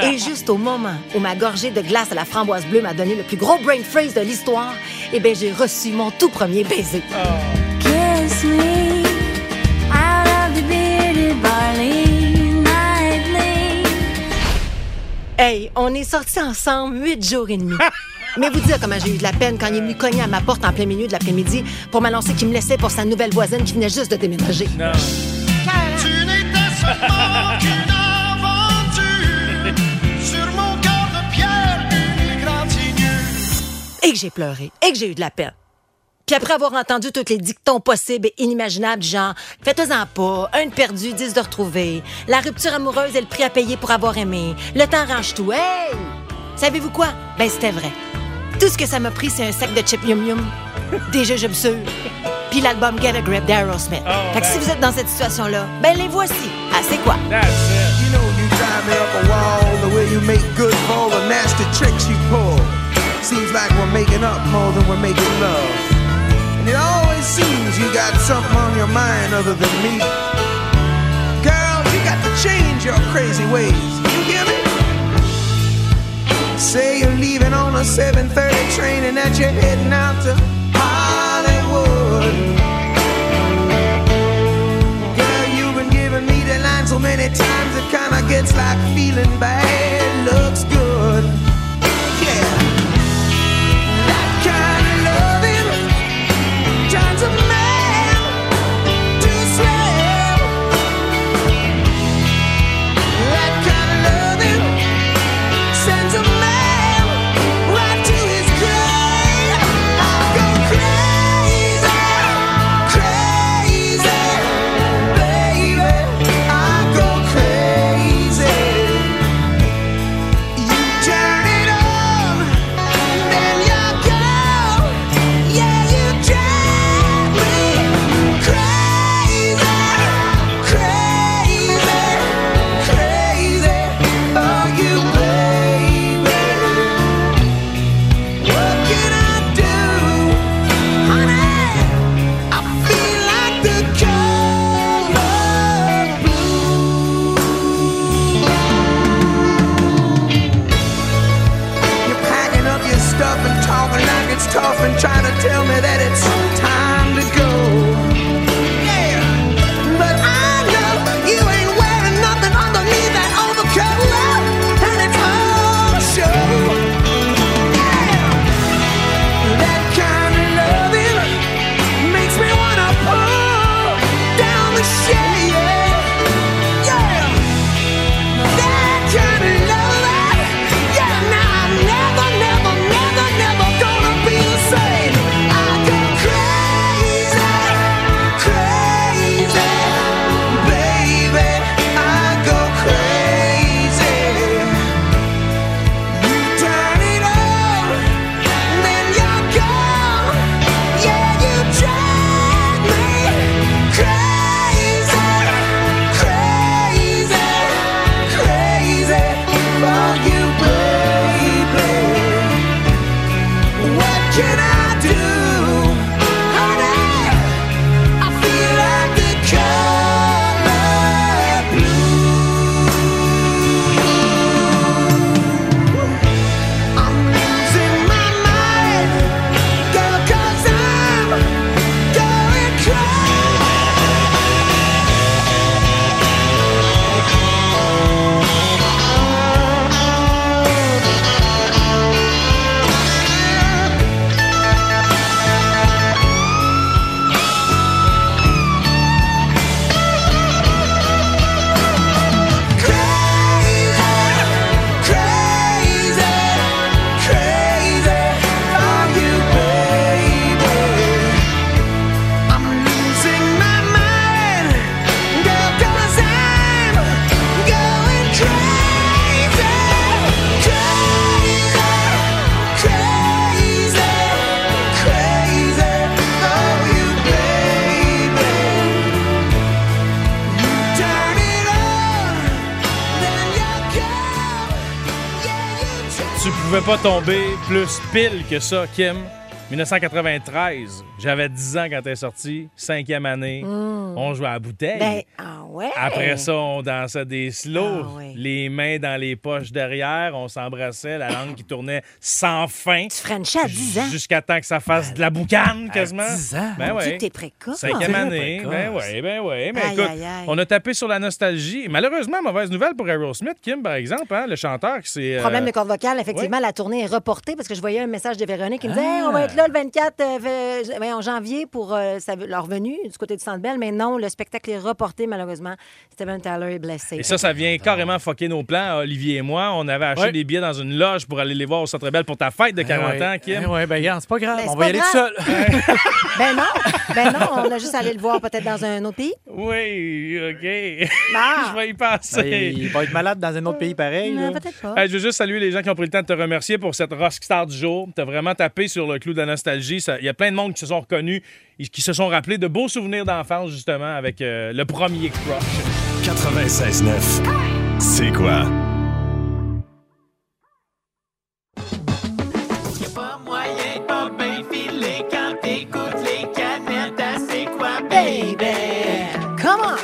S4: Et juste au moment où ma gorgée de glace à la framboise bleue m'a donné le plus gros brain freeze de l'histoire, eh ben j'ai reçu mon tout premier baiser.
S8: Kiss me out of the bearded barley nightly.
S4: Hey, on est sortis ensemble huit jours et demi. Mais vous dire comment j'ai eu de la peine quand il est venu cogner à ma porte en plein milieu de l'après-midi pour m'annoncer qu'il me laissait pour sa nouvelle voisine qui venait juste de déménager.
S7: Tu n'étais seulement qu'une aventure Sur mon corps de pierre, une égratignure
S4: et que j'ai pleuré et que j'ai eu de la peine. Puis après avoir entendu tous les dictons possibles et inimaginables, du genre faites-en pas, un de perdu, dix de retrouvé, la rupture amoureuse est le prix à payer pour avoir aimé, le temps range tout, hey! Savez-vous quoi? Ben c'était vrai. Tout ce que ça m'a pris, c'est un sac de chip yum yum, des jeux me sûrs, puis l'album Get a Grip d'Aerosmith. fait que si vous êtes dans cette situation-là, ben les voici. Ah, c'est quoi?
S9: That's
S7: You know you drive me up a wall The way you make good for all the nasty tricks you pull Seems like we're making up more than we're making love And it always seems you got something on your mind other than me Girl, you got to change your crazy ways You hear me? Say you're leaving on a 7.30 train And that you're heading out to Hollywood Girl, you've been giving me the line so many times it kinda gets like feeling bad looks good. Yeah. That kind of loving turns a man to slab. That kind of loving sends a man right to his grave. I go crazy, crazy. Baby, I go crazy.
S10: Oh,
S3: pouvait pas tomber plus pile que ça, Kim. 1993, j'avais 10 ans quand elle est sortie, cinquième année. On jouait à la bouteille.
S4: Mm. Ben, ah ouais.
S3: Après ça, on dansait des slows,
S4: Ah oui.
S3: les mains dans les poches derrière, on s'embrassait, la langue qui tournait sans fin.
S4: Tu Frenchais à 10 ans.
S3: Jusqu'à temps que ça fasse de la boucane, quasiment.
S5: 10 ans?
S3: Ben
S4: Mon Dieu,
S3: ouais.
S4: que t'es précoce.
S3: Cinquième
S5: Très
S3: année.
S5: précoce.
S3: Ben oui, ben oui. Mais
S4: Aïe,
S3: écoute,
S4: aïe, aïe.
S3: on a tapé sur la nostalgie. Et malheureusement, mauvaise nouvelle pour Aerosmith, Kim, par exemple, hein, le chanteur qui s'est. euh,
S4: Problème de corde vocale, effectivement, la tournée est reportée parce que je voyais un message de Véronique qui me disait
S3: Ah.
S4: Hey, on va être là le 24 euh, ve- voyons, janvier pour euh, sa- leur venue du côté du Centre Bell, mais non, le spectacle est reporté malheureusement. Steven Tyler est blessé.
S3: Et ça, ça vient carrément fucker nos plans, Olivier et moi. On avait acheté
S5: Ouais.
S3: des billets dans une loge pour aller les voir au Centre Bell pour ta fête de 40 ans, Kim.
S5: Eh ouais, ben, regarde, c'est pas grave.
S4: Ben, c'est
S5: on va y
S4: pas
S5: aller tout
S4: grave.
S5: seul.
S4: *laughs*
S5: *laughs*
S4: Ben non, ben non, on a juste allé le voir peut-être dans un autre
S3: *laughs*
S4: pays.
S3: Oui, OK.
S4: Ah.
S3: *laughs* Je vais y penser.
S5: Ben, il va être malade dans un autre pays pareil.
S3: Euh,
S4: Non,
S5: là.
S4: peut-être pas.
S3: Hey, je veux juste saluer les gens qui ont pris le temps de te remercier pour cette Rockstar du jour. T'as vraiment tapé sur le clou de la nostalgie. Ça- Il y a plein de monde qui se sont reconnus, et qui se sont rappelés de beaux souvenirs d'enfance, justement, avec euh, le premier crush.
S2: 96.9. C'est quoi?
S4: Comment?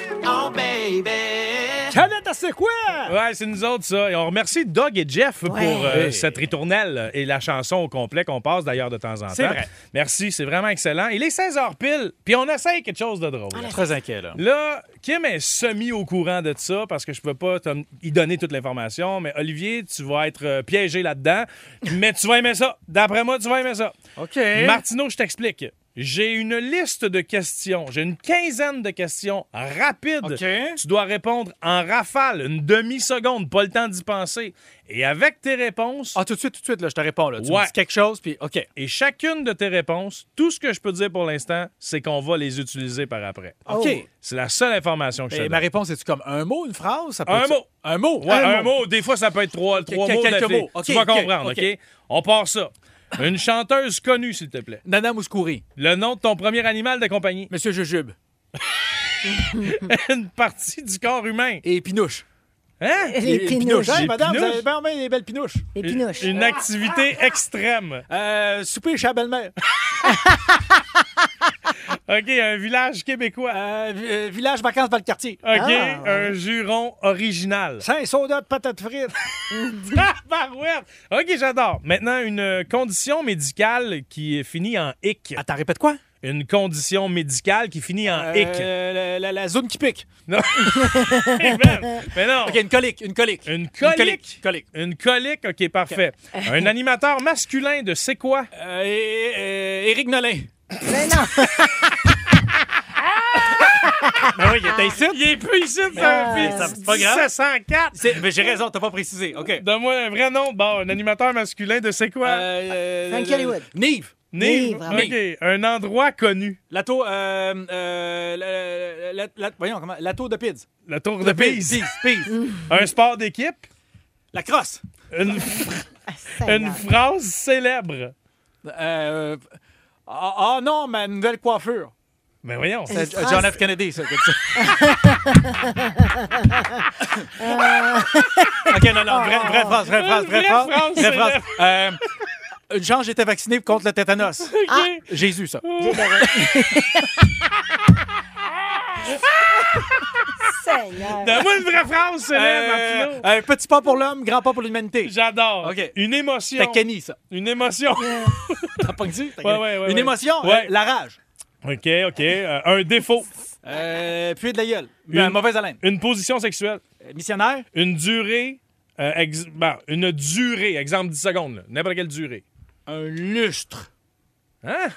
S5: Canada, c'est quoi?
S3: Ouais, c'est nous autres, ça. Et on remercie Doug et Jeff pour euh,
S5: Oui.
S3: cette ritournelle et la chanson au complet qu'on passe d'ailleurs de temps en temps.
S5: C'est vrai.
S3: Merci, c'est vraiment excellent. Il est 16h pile, puis on essaye quelque chose de drôle.
S5: Très inquiet, là.
S3: Là, Kim est semi au courant de ça parce que je peux pas te- y donner toute l'information, mais Olivier, tu vas être euh, piégé
S5: *laughs*
S3: là-dedans, mais tu vas aimer ça. D'après moi, tu vas aimer ça.
S5: OK.
S3: Martineau, je t'explique. J'ai une liste de questions. J'ai une quinzaine de questions rapides.
S5: OK.
S3: Tu dois répondre en rafale, une demi-seconde, pas le temps d'y penser. Et avec tes réponses,
S5: Ah, tout de suite, tout de suite, là, je te réponds. Là. Tu
S3: Ouais.
S5: me dis quelque chose, puis OK.
S3: et chacune de tes réponses, tout ce que je peux dire pour l'instant, c'est qu'on va les utiliser par après.
S5: OK. Eh,
S3: C'est la seule information que je te
S5: Et
S3: donne.
S5: ma réponse, c'est-tu comme un mot, une phrase? Ça peut
S3: Un
S5: être-
S3: mot.
S5: Un mot.
S3: Ouais, un, mot. Des fois, ça peut être trois, trois
S5: quel-
S3: mots.
S5: quelques
S3: d'affilée.
S5: mots. OK,
S3: tu vas
S5: OK,
S3: comprendre, OK?
S5: OK.
S3: On part ça. Une chanteuse connue, s'il te plaît.
S5: Nana Mouskouri.
S3: Le nom de ton premier animal
S5: *laughs*
S3: de compagnie.
S5: Monsieur Jujube.
S3: Une partie du corps humain.
S5: Et Pinouche.
S3: Hein?
S4: Les pinouches.
S5: Hey,
S3: Les
S5: madame, vous
S3: pinouches.
S5: avez bien, bien des belles pinouches.
S4: Les pinouches.
S3: Une activité extrême.
S5: Euh, souper chez la belle-mère.
S3: OK, un village québécois.
S5: Euh, vi- euh, village vacances dans le quartier.
S3: OK, un juron original.
S5: Saint soda de patates frites.
S3: *laughs* Tabarouette! OK, j'adore. Maintenant, une condition médicale qui finit en hic.
S5: Attends, répète quoi?
S3: Une condition médicale qui finit en hic.
S5: Euh, la, la- la zone qui pique.
S3: Eh ben, Mais non!
S5: OK, une colique, une colique.
S3: Une colique.
S5: Une colique.
S3: Une colique, ok, parfait. Un animateur masculin de c'est quoi?
S5: Euh, et- et- Éric Nolin.
S4: Mais non,
S5: *laughs* Ben oui, il était ici.
S3: Il est plus ici, ça,
S5: Euh,
S3: puis
S5: ça, c'est pas grave.
S3: 1704.
S5: C'est- Mais j'ai raison, t'as pas précisé. OK.
S3: Donne-moi un vrai nom. Bon, un animateur masculin de c'est quoi?
S5: Euh,
S4: Frank
S5: euh,
S4: Hollywood.
S5: Nive. ah
S3: Nive.
S4: Nive, bravo.
S3: Ok, un endroit connu.
S5: La tour. Euh, euh, la, la- la- voyons, comment. La tour de Pids.
S3: La tour de Pise.
S5: Pise, Pise.
S3: Un sport d'équipe.
S5: La crosse.
S3: Une, une
S4: Seigneur.
S3: phrase célèbre.
S5: Euh, Ah ah non, ma nouvelle coiffure.
S3: Mais Ben voyons.
S5: Euh, John F. Kennedy, ça.
S3: *laughs*
S5: comme ça. OK, non, non, vraie, vraie phrase, vraie phrase, vraie
S3: Vraie
S5: phrase.
S3: Ah. phrase,
S5: Vraie
S3: c'est
S5: phrase. Euh, une chance, j'étais vacciné contre le tétanos.
S3: *laughs* Ok.
S5: Jésus, ça.
S4: Seigneur.
S3: Donne-moi une vraie phrase célèbre,
S5: Euh,
S3: Martino.
S5: un petit pas pour l'homme, grand pas pour l'humanité.
S3: J'adore.
S5: Ok.
S3: Une émotion.
S5: T'as Kenny, ça.
S3: Une émotion.
S5: T'as pas dit? T'as
S3: Ouais,
S5: Kenny.
S3: ouais, ouais,
S5: Une
S3: ouais.
S5: émotion,
S3: Ouais.
S5: euh, la rage.
S3: OK, OK. Euh, un défaut.
S5: Euh, puer de la gueule.
S3: Une-
S5: Euh, mauvaise haleine.
S3: Une position sexuelle.
S5: Euh, Missionnaire.
S3: une durée, euh, ex- ben, une durée, exemple 10 secondes, là, n'importe quelle durée.
S5: Un lustre.
S3: Hein?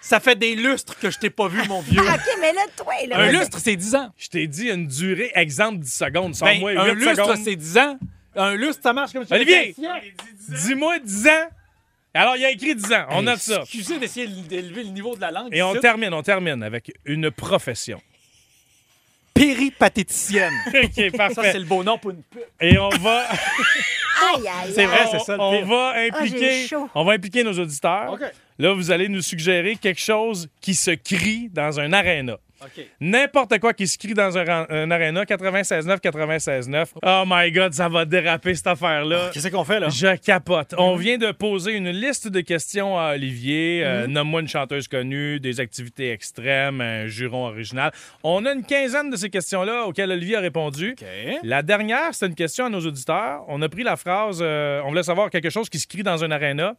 S5: Ça fait des lustres que je t'ai pas vu, mon vieux.
S4: Ah, OK, mais là, toi, là.
S5: un lustre, c'est 10 ans.
S3: Je t'ai dit une durée, exemple 10 secondes, sans
S5: Ben,
S3: moi
S5: un
S3: 8
S5: lustre,
S3: secondes.
S5: c'est 10 ans. Un lustre, ça marche comme ça.
S3: Olivier, dis-moi 10 ans. Alors, il a écrit 10 ans, on note ça.
S5: Excusez d'essayer d'élever le niveau de la langue.
S3: Et on
S5: ici.
S3: termine, on termine avec
S5: *laughs*
S3: une profession.
S5: Péripatéticienne.
S3: OK,
S5: ça,
S3: parfait.
S5: c'est le beau nom pour une pute.
S3: Et on va...
S5: *laughs*
S4: Aïe, aïe,
S5: C'est
S4: aïe.
S5: vrai,
S3: on-
S5: c'est ça, le
S3: On
S5: pire.
S3: va
S4: j'ai
S3: impliquer...
S4: chaud.
S3: on va impliquer nos auditeurs.
S5: OK.
S3: Là, vous allez nous suggérer quelque chose qui se crie dans un aréna. N'importe quoi qui se crie dans un, ran- un aréna, 96-9, 96-9. Oh my God, ça va déraper cette affaire-là.
S5: Qu'est-ce qu'on fait, là?
S3: Je capote. On vient de poser une liste de questions à Olivier. Euh, Nomme-moi une chanteuse connue, des activités extrêmes, un juron original. On a une quinzaine de ces questions-là auxquelles Olivier a répondu. La dernière, c'est une question à nos auditeurs. On a pris la phrase euh, on voulait savoir quelque chose qui se crie dans un aréna.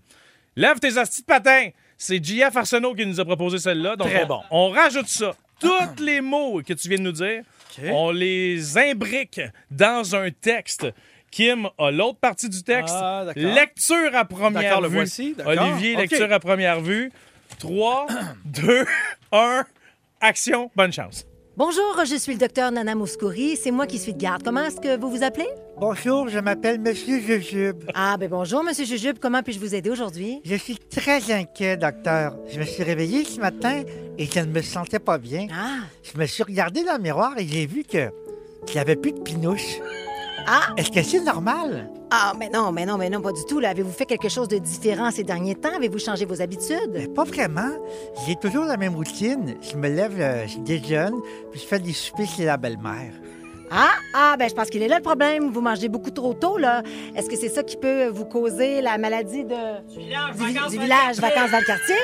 S3: Lève tes astis de patin. C'est JF Arsenault qui nous a proposé celle-là. Donc
S5: Très
S3: on,
S5: bon.
S3: On rajoute ça. Tous les mots que tu viens de nous dire, on les imbrique dans un texte. Kim a l'autre partie du texte.
S5: Ah, d'accord.
S3: lecture à première
S5: D'accord,
S3: vue.
S5: le voici, d'accord.
S3: Olivier,
S5: OK.
S3: lecture à première vue.
S5: *clears throat*
S3: 3, 2, 1, action. Bonne chance.
S4: Bonjour, je suis le docteur Nana Mouskouri. C'est moi qui suis de garde. Comment est-ce que vous vous appelez?
S11: Bonjour, je m'appelle Monsieur Jujube.
S4: Ah, ben bonjour, Monsieur Jujube. Comment puis-je vous aider aujourd'hui?
S11: Je suis très inquiet, docteur. Je me suis réveillé ce matin et je ne me sentais pas bien.
S4: Ah,
S11: Je me suis regardé dans le miroir et j'ai vu que j'avais plus de pinouche.
S4: Ah!
S11: Est-ce que c'est normal?
S4: ah, mais non, mais non, mais non, pas du tout. là. Avez-vous fait quelque chose de différent ces derniers temps? Avez-vous changé vos habitudes?
S11: Pas vraiment. J'ai toujours la même routine. Je me lève, euh, je déjeune, puis je fais des soupers chez la belle-mère.
S4: Ah, ah, ben je pense qu'il est là le problème. Vous mangez beaucoup trop tôt, là. Est-ce que c'est ça qui peut vous causer la maladie de... Du village, vacances, vacances dans le quartier?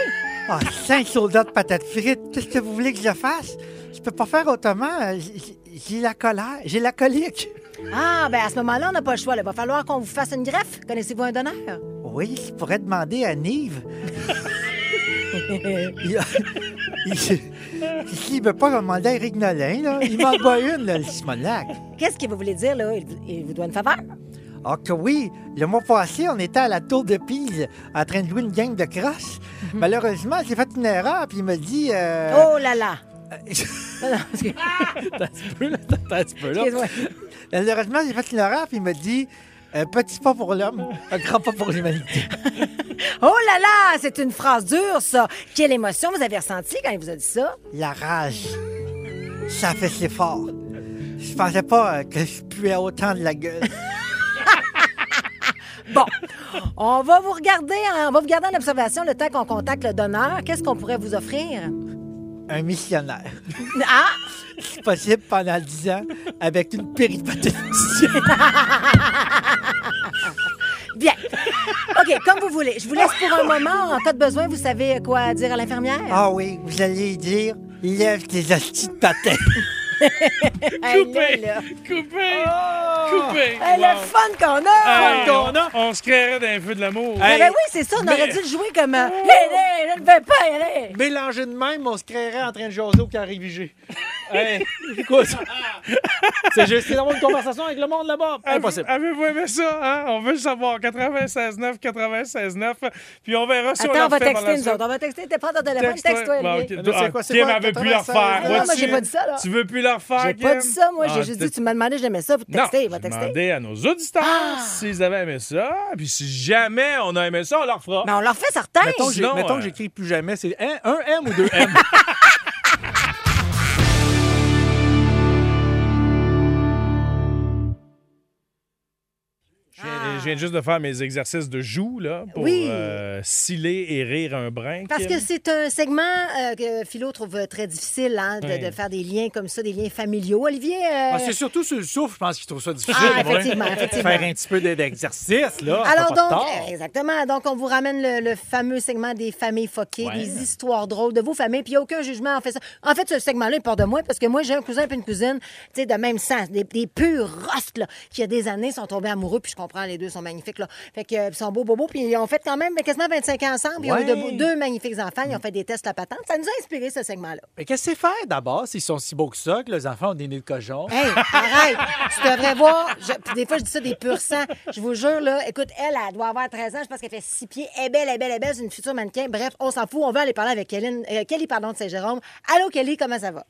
S11: Ah, cinq soldats de patates frites. Qu'est-ce que vous voulez que je fasse? Je peux pas faire autrement. Euh, j- j- J'ai la colère. J'ai la colique.
S4: Ah, ben à ce moment-là, on n'a pas le choix. Il va falloir qu'on vous fasse une greffe. Connaissez-vous un donneur?
S11: Oui, je pourrais demander à Nive. *laughs* il, il, s'il veut pas demander à Eric Nolin, là, il m'envoie une, là, le Simonac.
S4: Qu'est-ce que vous voulez dire, là? Il vous- il vous doit une faveur?
S11: Ah que oui, le mois passé, on était à la tour de Pise en train de jouer une gang de crosse. Malheureusement, j'ai fait une erreur, puis il me dit... euh,
S4: Oh là là! Non, non, excuse-
S5: Attends un petit peu, là.
S4: excuse-moi.
S11: Malheureusement, j'ai fait une erreur, puis il me dit... euh, petit pas pour l'homme, un grand pas pour l'humanité.
S4: Oh là là! C'est une phrase dure, ça! Quelle émotion vous avez ressentie quand il vous a dit ça?
S11: La rage, ça fait ses fort. Je pensais pas euh, que je puais autant de la gueule.
S3: *laughs*
S4: Bon, on va vous regarder, en- on va vous garder en observation le temps qu'on contacte le donneur. Qu'est-ce qu'on pourrait vous offrir?
S11: Un missionnaire.
S4: Ah!
S11: si possible pendant 10 ans avec une péripatéticienne.
S3: *laughs*
S4: Bien. OK, comme vous voulez. Je vous laisse pour un moment. En cas de besoin, vous savez quoi dire à l'infirmière?
S11: Ah oui, vous allez dire lève tes hosties de patin.
S4: Elle est là.
S3: Coupé!
S5: Ah!
S3: Coupé!
S4: Elle est Eh, fun qu'on
S5: Euh,
S4: a!
S3: Hey,
S5: qu'on a.
S3: on, on se créerait d'un feu de l'amour.
S4: Ben, ben oui, c'est ça. On aurait dû le jouer comme... euh, Hey, hey, je ne vais pas, elle est...
S5: Mélangé de même, on se créerait en train de jaser au carré vigé. *laughs* hey, écoute. C'est juste d'avoir une conversation avec le monde là-bas.
S3: Avez-
S5: Impossible.
S3: Avez-vous aimé ça? hein? On veut le savoir. 96.9, 96.9. Puis on verra si on
S4: Attends, on
S3: leur
S4: va
S3: fait par la
S4: texter, nous
S3: suite.
S4: autres. On va texter. T'es pas dans ton téléphone,
S3: Texte-toi.
S4: texte-toi,
S3: Bon,
S4: Olivier.
S3: ok.
S5: Mais c'est
S3: Ah,
S5: quoi, c'est
S3: Kim,
S5: quoi,
S3: elle veut plus la
S5: 96?
S3: refaire.
S4: Non, non, moi,
S3: Vois-tu?
S4: j'ai pas dit ça, là.
S3: Tu veux plus la refaire,
S4: J'ai pas
S3: Kim?
S4: dit ça, moi.
S3: Ah,
S4: J'ai juste
S3: t'as-
S4: dit, tu m'as demandé, j'aimais ça. Vous textez, il va
S3: j'ai
S4: texter. Ah!
S3: demandé à nos auditeurs s'ils avaient aimé ça. Puis si jamais on a aimé ça, on leur fera.
S4: Mais Ben, on leur fait certain.
S5: Mettons, que j'ai-
S3: Sinon,
S5: mettons
S3: euh,
S5: que j'écris plus jamais. C'est un, un M ou deux M.
S3: Je, viens, je viens juste de faire mes exercices de joue là, pour
S4: Oui.
S3: euh, ciller et rire un brin.
S4: Parce
S3: Kim.
S4: que c'est un segment euh, que Philo trouve très difficile hein, de,
S3: Oui.
S4: de faire des liens comme ça, des liens familiaux. Olivier, euh,
S5: Hmm. Ah, c'est surtout sur le souffle, je pense qu'il trouve ça difficile.
S4: Ah,
S5: moi.
S4: effectivement, effectivement.
S5: Faire un petit peu d'e- d'exercice, là.
S4: alors
S5: pas de
S4: donc,
S5: tort.
S4: euh, exactement, donc on vous ramène le, le fameux segment des familles foquées, des histoires drôles de vos familles, puis il n'y a aucun jugement en fait ça. En fait, ce segment-là, il part de moi parce que moi, j'ai un cousin et une cousine, tu sais, de même sens, des, des purs rostes, là, qui il y a des années sont tombés amoureux, puis je comprends, les deux sont magnifiques, là. Fait que, euh, ils sont beaux, beaux, beaux, puis ils ont fait quand même ben, quasiment 25 ans ensemble, puis ils ont eu de beaux- deux magnifiques enfants, ils ont fait des tests à patente. Ça nous a inspiré ce segment-là.
S5: Mais qu'est-ce que c'est faire d'abord s'ils sont si beaux que ça, que les enfants ont des nez de cochon?
S4: *laughs* Hey, arrête! tu devrais voir. je- puis des fois, je dis ça des purs sangs. Je vous jure, là, écoute, elle, elle doit avoir 13 ans. Je pense qu'elle fait 6 pieds. Elle est belle, elle est belle, elle est belle. C'est une future mannequin. Bref, on s'en fout. On veut aller parler avec Kelly, euh, Kelly pardon, de Saint-Jérôme. Allô, Kelly, comment ça va?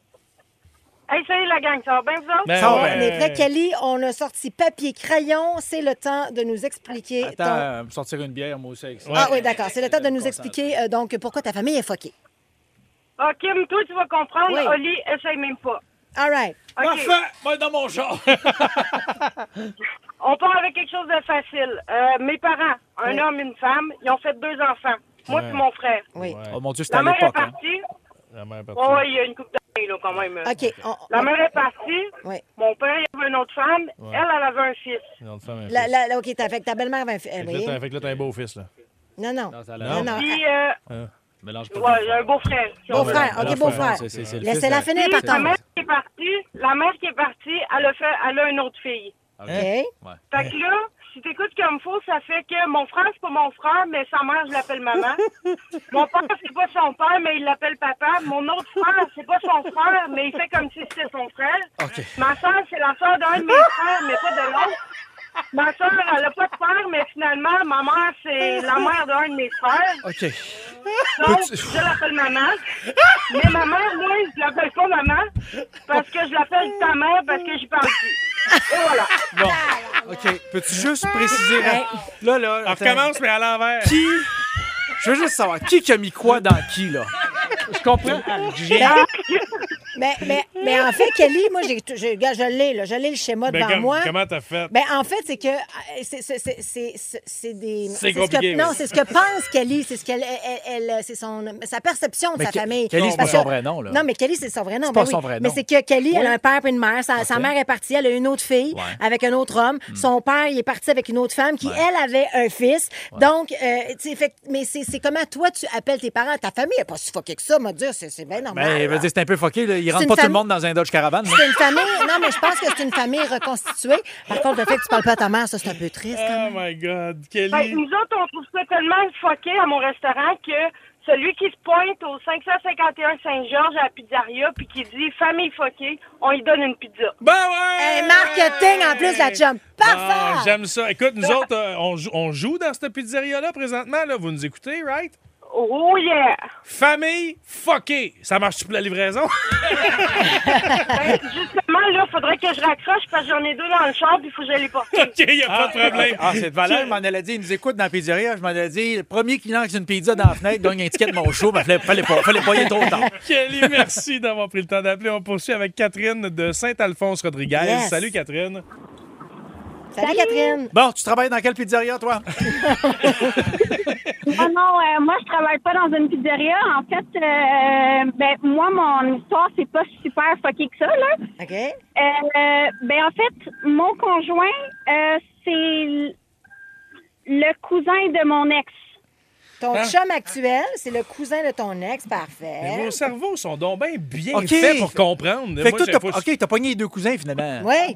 S12: Hey, salut la gang, ça va bien vous autres?
S3: Ben
S4: on
S3: ouais.
S4: est prêt, Kelly. On a sorti papier, crayon. C'est le temps de nous expliquer.
S5: Attends,
S4: ton-
S5: euh, me sortir une bière, moi aussi, avec ça.
S4: Ah oui, d'accord. C'est le temps de nous expliquer euh, donc pourquoi ta famille est foquée.
S12: Ah, Kim, toi, tu vas comprendre.
S4: Oui.
S12: Oli, essaye même pas.
S4: All right.
S12: OK,
S5: Parfait! Va dans mon genre!
S12: on part avec quelque chose de facile. Euh, mes parents, un
S4: Oui.
S12: homme et une femme, ils ont fait deux enfants. Moi,
S3: Ouais.
S12: c'est mon frère.
S4: *laughs* Oui.
S5: Oh mon Dieu, c'était à
S12: La mère est
S5: l'époque. hein.
S12: partie.
S3: La mère est partie.
S12: Oh, il y a une coupe de... là, quand même.
S4: OK, on-
S12: la
S4: on-
S12: mère est partie.
S4: Ouais.
S12: Mon père il avait une autre femme.
S3: Ouais.
S12: Elle, elle avait un fils.
S3: Une autre femme, un
S4: La,
S3: fils.
S4: la, la- OK, t'as fait que ta belle-mère avait un fi- eh,
S3: Fait que là,
S4: voyez.
S3: t'as- fait que là, t'as un beau-fils, là.
S4: Non, non.
S3: ça
S4: Non,
S3: l'a-
S4: non.
S12: Puis, euh,
S3: Hein? Mélange pas.
S12: ouais, j'ai un beau-frère. si on veut.
S4: Beau-frère, Ah, OK, beau-frère.
S3: c'est- c'est- c'est le
S4: Laissez-la
S3: fils de-
S4: finir par
S12: Puis, la
S4: ton
S12: mère qui est partie, la mère qui est partie, elle a, fait, elle a une autre fille.
S4: OK.
S12: Fait que là, si t'écoutes comme faut, ça fait que mon frère, c'est pas mon frère, mais sa mère, je l'appelle maman. mon père, c'est pas son père, mais il l'appelle papa. Mon autre frère, c'est pas son frère, mais il fait comme si c'était son frère. Ma soeur, c'est la soeur d'un de mes frères, mais pas de l'autre. Ma soeur, elle a pas de père, mais finalement, ma mère, c'est la mère d'un de mes frères.
S5: OK.
S12: Donc, je l'appelle maman. Mais ma mère, moi, je l'appelle pas maman parce que je l'appelle ta mère parce que j'y parle plus. Et voilà.
S5: Bon. OK. Peux-tu juste préciser. Là, là.
S3: On recommence, mais à l'envers.
S5: Qui. Je veux juste savoir qui qui a mis quoi dans qui, là. Ah, Je comprends.
S4: Ben, mais, mais, mais en fait, Kelly, moi, j'ai, je, regarde, je l'ai, là, je l'ai le schéma
S3: Ben,
S4: devant
S3: comme-
S4: moi.
S3: comment t'as fait?
S4: Ben, en fait, c'est que euh, c'est, c'est, c'est, c'est, c'est- c'est des.
S3: C'est
S4: ce que-
S3: compliqué,
S4: non,
S3: oui.
S4: c'est ce que pense Kelly. C'est ce qu'elle. elle- elle- elle- c'est son, sa perception de
S5: Mais
S4: sa
S5: Ke-
S4: famille.
S5: Kelly, c'est pas
S4: Parce que-
S5: son vrai nom, là.
S4: Non, mais Kelly, c'est son vrai nom.
S5: C'est
S4: ben
S5: pas
S4: oui.
S5: son vrai
S4: Mais
S5: nom.
S4: c'est que Kelly, elle a
S5: Ouais.
S4: un père et une mère. Sa, sa
S5: Ok.
S4: mère est partie, elle a une autre fille
S5: Ouais. Hmm.
S4: avec un autre homme. Son père, il est parti avec une autre femme qui, elle, avait un fils. Donc, euh, tu sais, fait que- mais c'est, c'est comment toi, tu appelles tes parents. Ta famille n'est pas si fuckée que ça, m'a dit. C'est, c'est bien normal.
S5: Ben, je veux dire, c'est un peu foqué. Là. Il
S4: C'est
S5: rentre
S4: une
S5: pas tout le
S4: famille-
S5: monde dans un Dodge Caravan. là.
S4: C'est une famille. Non, mais je pense que c'est une famille reconstituée. Par contre, le fait que tu parles pas à ta mère, ça, c'est un peu triste. quand
S3: Oh my God,
S12: Ben,
S3: Kelly.
S12: nous autres, on trouve ça tellement foqué à mon restaurant que celui qui se pointe au 551 Saint-Georges à la pizzeria puis qui dit famille foquée, on lui donne une pizza.
S3: Ben ouais!
S4: Hey, marketing en plus, la chum.
S3: Ah,
S4: Parfait!
S3: J'aime ça. Écoute, nous autres, euh, on, joue, on joue dans cette pizzeria-là présentement. Là. Vous nous écoutez, right?
S12: Oh yeah!
S3: Famille fuckée. Ça marche pour la livraison? *laughs*
S10: *laughs*
S12: Ben, justement, là, faudrait que je raccroche parce que j'en ai deux dans le char puis il faut que je les porte.
S3: OK, y a pas de problème.
S5: Ah, c'est de valeur. Je m'en allais dire, il nous écoute dans la pizzeria. Je m'en allais dire, le premier qui lance une pizza dans la fenêtre gagne un ticket de mon show. Ben, fallait, fallait pas, fallait pas y être trop tard.
S3: *laughs* Kelly, merci d'avoir pris le temps d'appeler. On poursuit avec Catherine de Saint-Alphonse-Rodriguez.
S4: Yes.
S3: Salut, Catherine.
S4: Salut, Catherine.
S5: Bon, tu travailles dans quelle pizzeria, toi?
S10: Oh non, euh, moi, je travaille pas dans une pizzeria. En fait, euh, ben, moi, mon histoire, c'est pas super fucké que ça, là.
S4: OK?
S10: Euh, ben, en fait, mon conjoint, euh, c'est l- le cousin de mon ex.
S4: Ton
S3: Hein?
S4: chum actuel, c'est le cousin de ton ex.
S3: Mais
S4: Parfait.
S3: vos cerveaux sont donc bien bien
S5: OK.
S3: faits pour comprendre.
S5: Fait que
S3: Moi,
S5: toi,
S3: j'ai
S5: t'as,
S3: pas-
S5: OK, t'as pogné les deux cousins, finalement.
S4: Oui.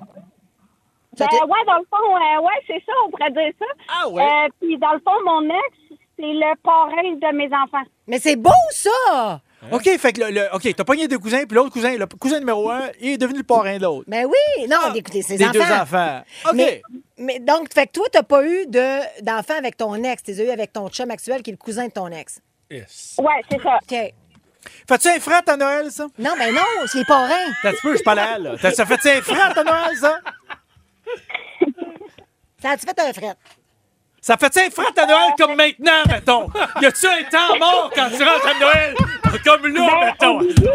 S10: Ben, ouais, dans le fond, euh, ouais, c'est ça, on pourrait dire ça.
S5: Ah ouais.
S10: Euh, Puis, dans le fond, mon ex, c'est le parrain de mes enfants.
S4: Mais c'est beau, ça!
S5: OK, fait que le, le- OK, t'as pogné les deux cousins, puis l'autre cousin, le cousin numéro un, il est devenu le parrain de l'autre.
S4: Ben oui! Non, écoutez, ses
S5: Ah, Des
S4: enfants.
S5: deux enfants. OK.
S4: Mais, mais donc, fait que toi, t'as pas eu de- d'enfant avec ton ex. T'es eu avec ton chum actuel qui est le cousin de ton ex.
S3: Yes.
S10: Ouais, c'est ça.
S4: OK.
S5: Fais-tu un fret à Noël, ça?
S4: Non, mais non, c'est les parrains.
S5: T'as tu peu, je suis pas là, là. T'as- Ça fait-tu un fret à Noël, ça?
S4: Ça a-tu fait un fret?
S5: Ça fait-tu un fret à Noël comme maintenant, mettons? Y a-tu un temps mort quand tu rentres à Noël? Comme là,
S10: Ben,
S5: mettons.
S10: au, début,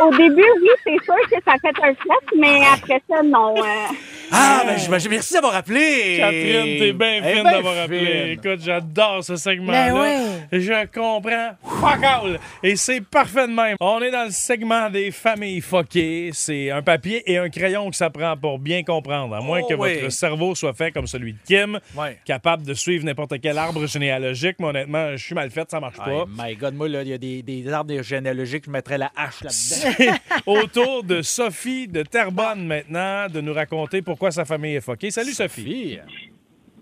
S10: au début, oui, c'est sûr que ça fait un flash, mais après ça, non. euh.
S5: Ah, ben j'imagine. Merci d'avoir appelé.
S3: Catherine, t'es bien
S5: Eh
S3: fine
S5: ben
S3: d'avoir appelé.
S5: fine.
S3: Écoute, j'adore ce segment-là.
S4: Ben
S3: Je comprends. Fuck all! Et c'est parfait de même. On est dans le segment des familles fuckées. C'est un papier et un crayon que ça prend pour bien comprendre. À moins
S5: Oh,
S3: que
S5: oui.
S3: votre cerveau soit fait comme celui de Kim,
S5: Ouais.
S3: capable de suivre n'importe quel arbre généalogique. Mais honnêtement, je suis mal faite, ça marche
S5: Oh
S3: pas.
S5: my God, moi, là, il y a des, des arbres généalogiques, je mettrais la hache là-dedans.
S3: C'est autour de Sophie de Terrebonne maintenant de nous raconter pourquoi sa famille est fuckée. Salut Sophie.
S5: Sophie.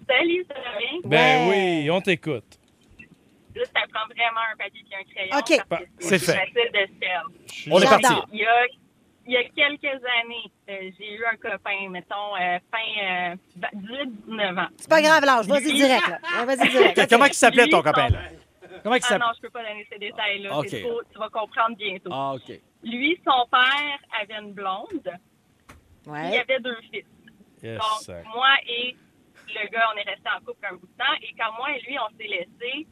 S10: Salut, ça va bien?
S3: Ben
S4: Ouais.
S3: oui, on t'écoute.
S10: Là, ça prend vraiment un papier et un crayon.
S4: OK.
S10: parce que
S5: C'est fait.
S10: facile de se perdre.
S5: On est
S4: J'adore.
S5: parti.
S10: Il y a, il y a quelques années, euh, j'ai eu un copain, mettons, euh, fin euh, 18-19 ans.
S4: C'est pas grave, l'âge. Vas-y direct, *laughs* là. Ouais, Vas-y direct.
S5: Fait, Comment il s'appelait ton
S10: Lui,
S5: copain,
S10: son-
S5: là? Comment il
S10: Ah non,
S5: s'appelait?
S10: je peux pas donner ces détails-là.
S5: OK.
S10: C'est trop- Tu vas comprendre bientôt.
S5: Ah, OK.
S10: Lui, son père avait une blonde. Il y
S4: Ouais.
S10: avait deux fils.
S3: Yes, sir.
S10: Donc, moi et le gars, on est restés en couple un bout de temps. Et quand moi et lui, on s'est laissés,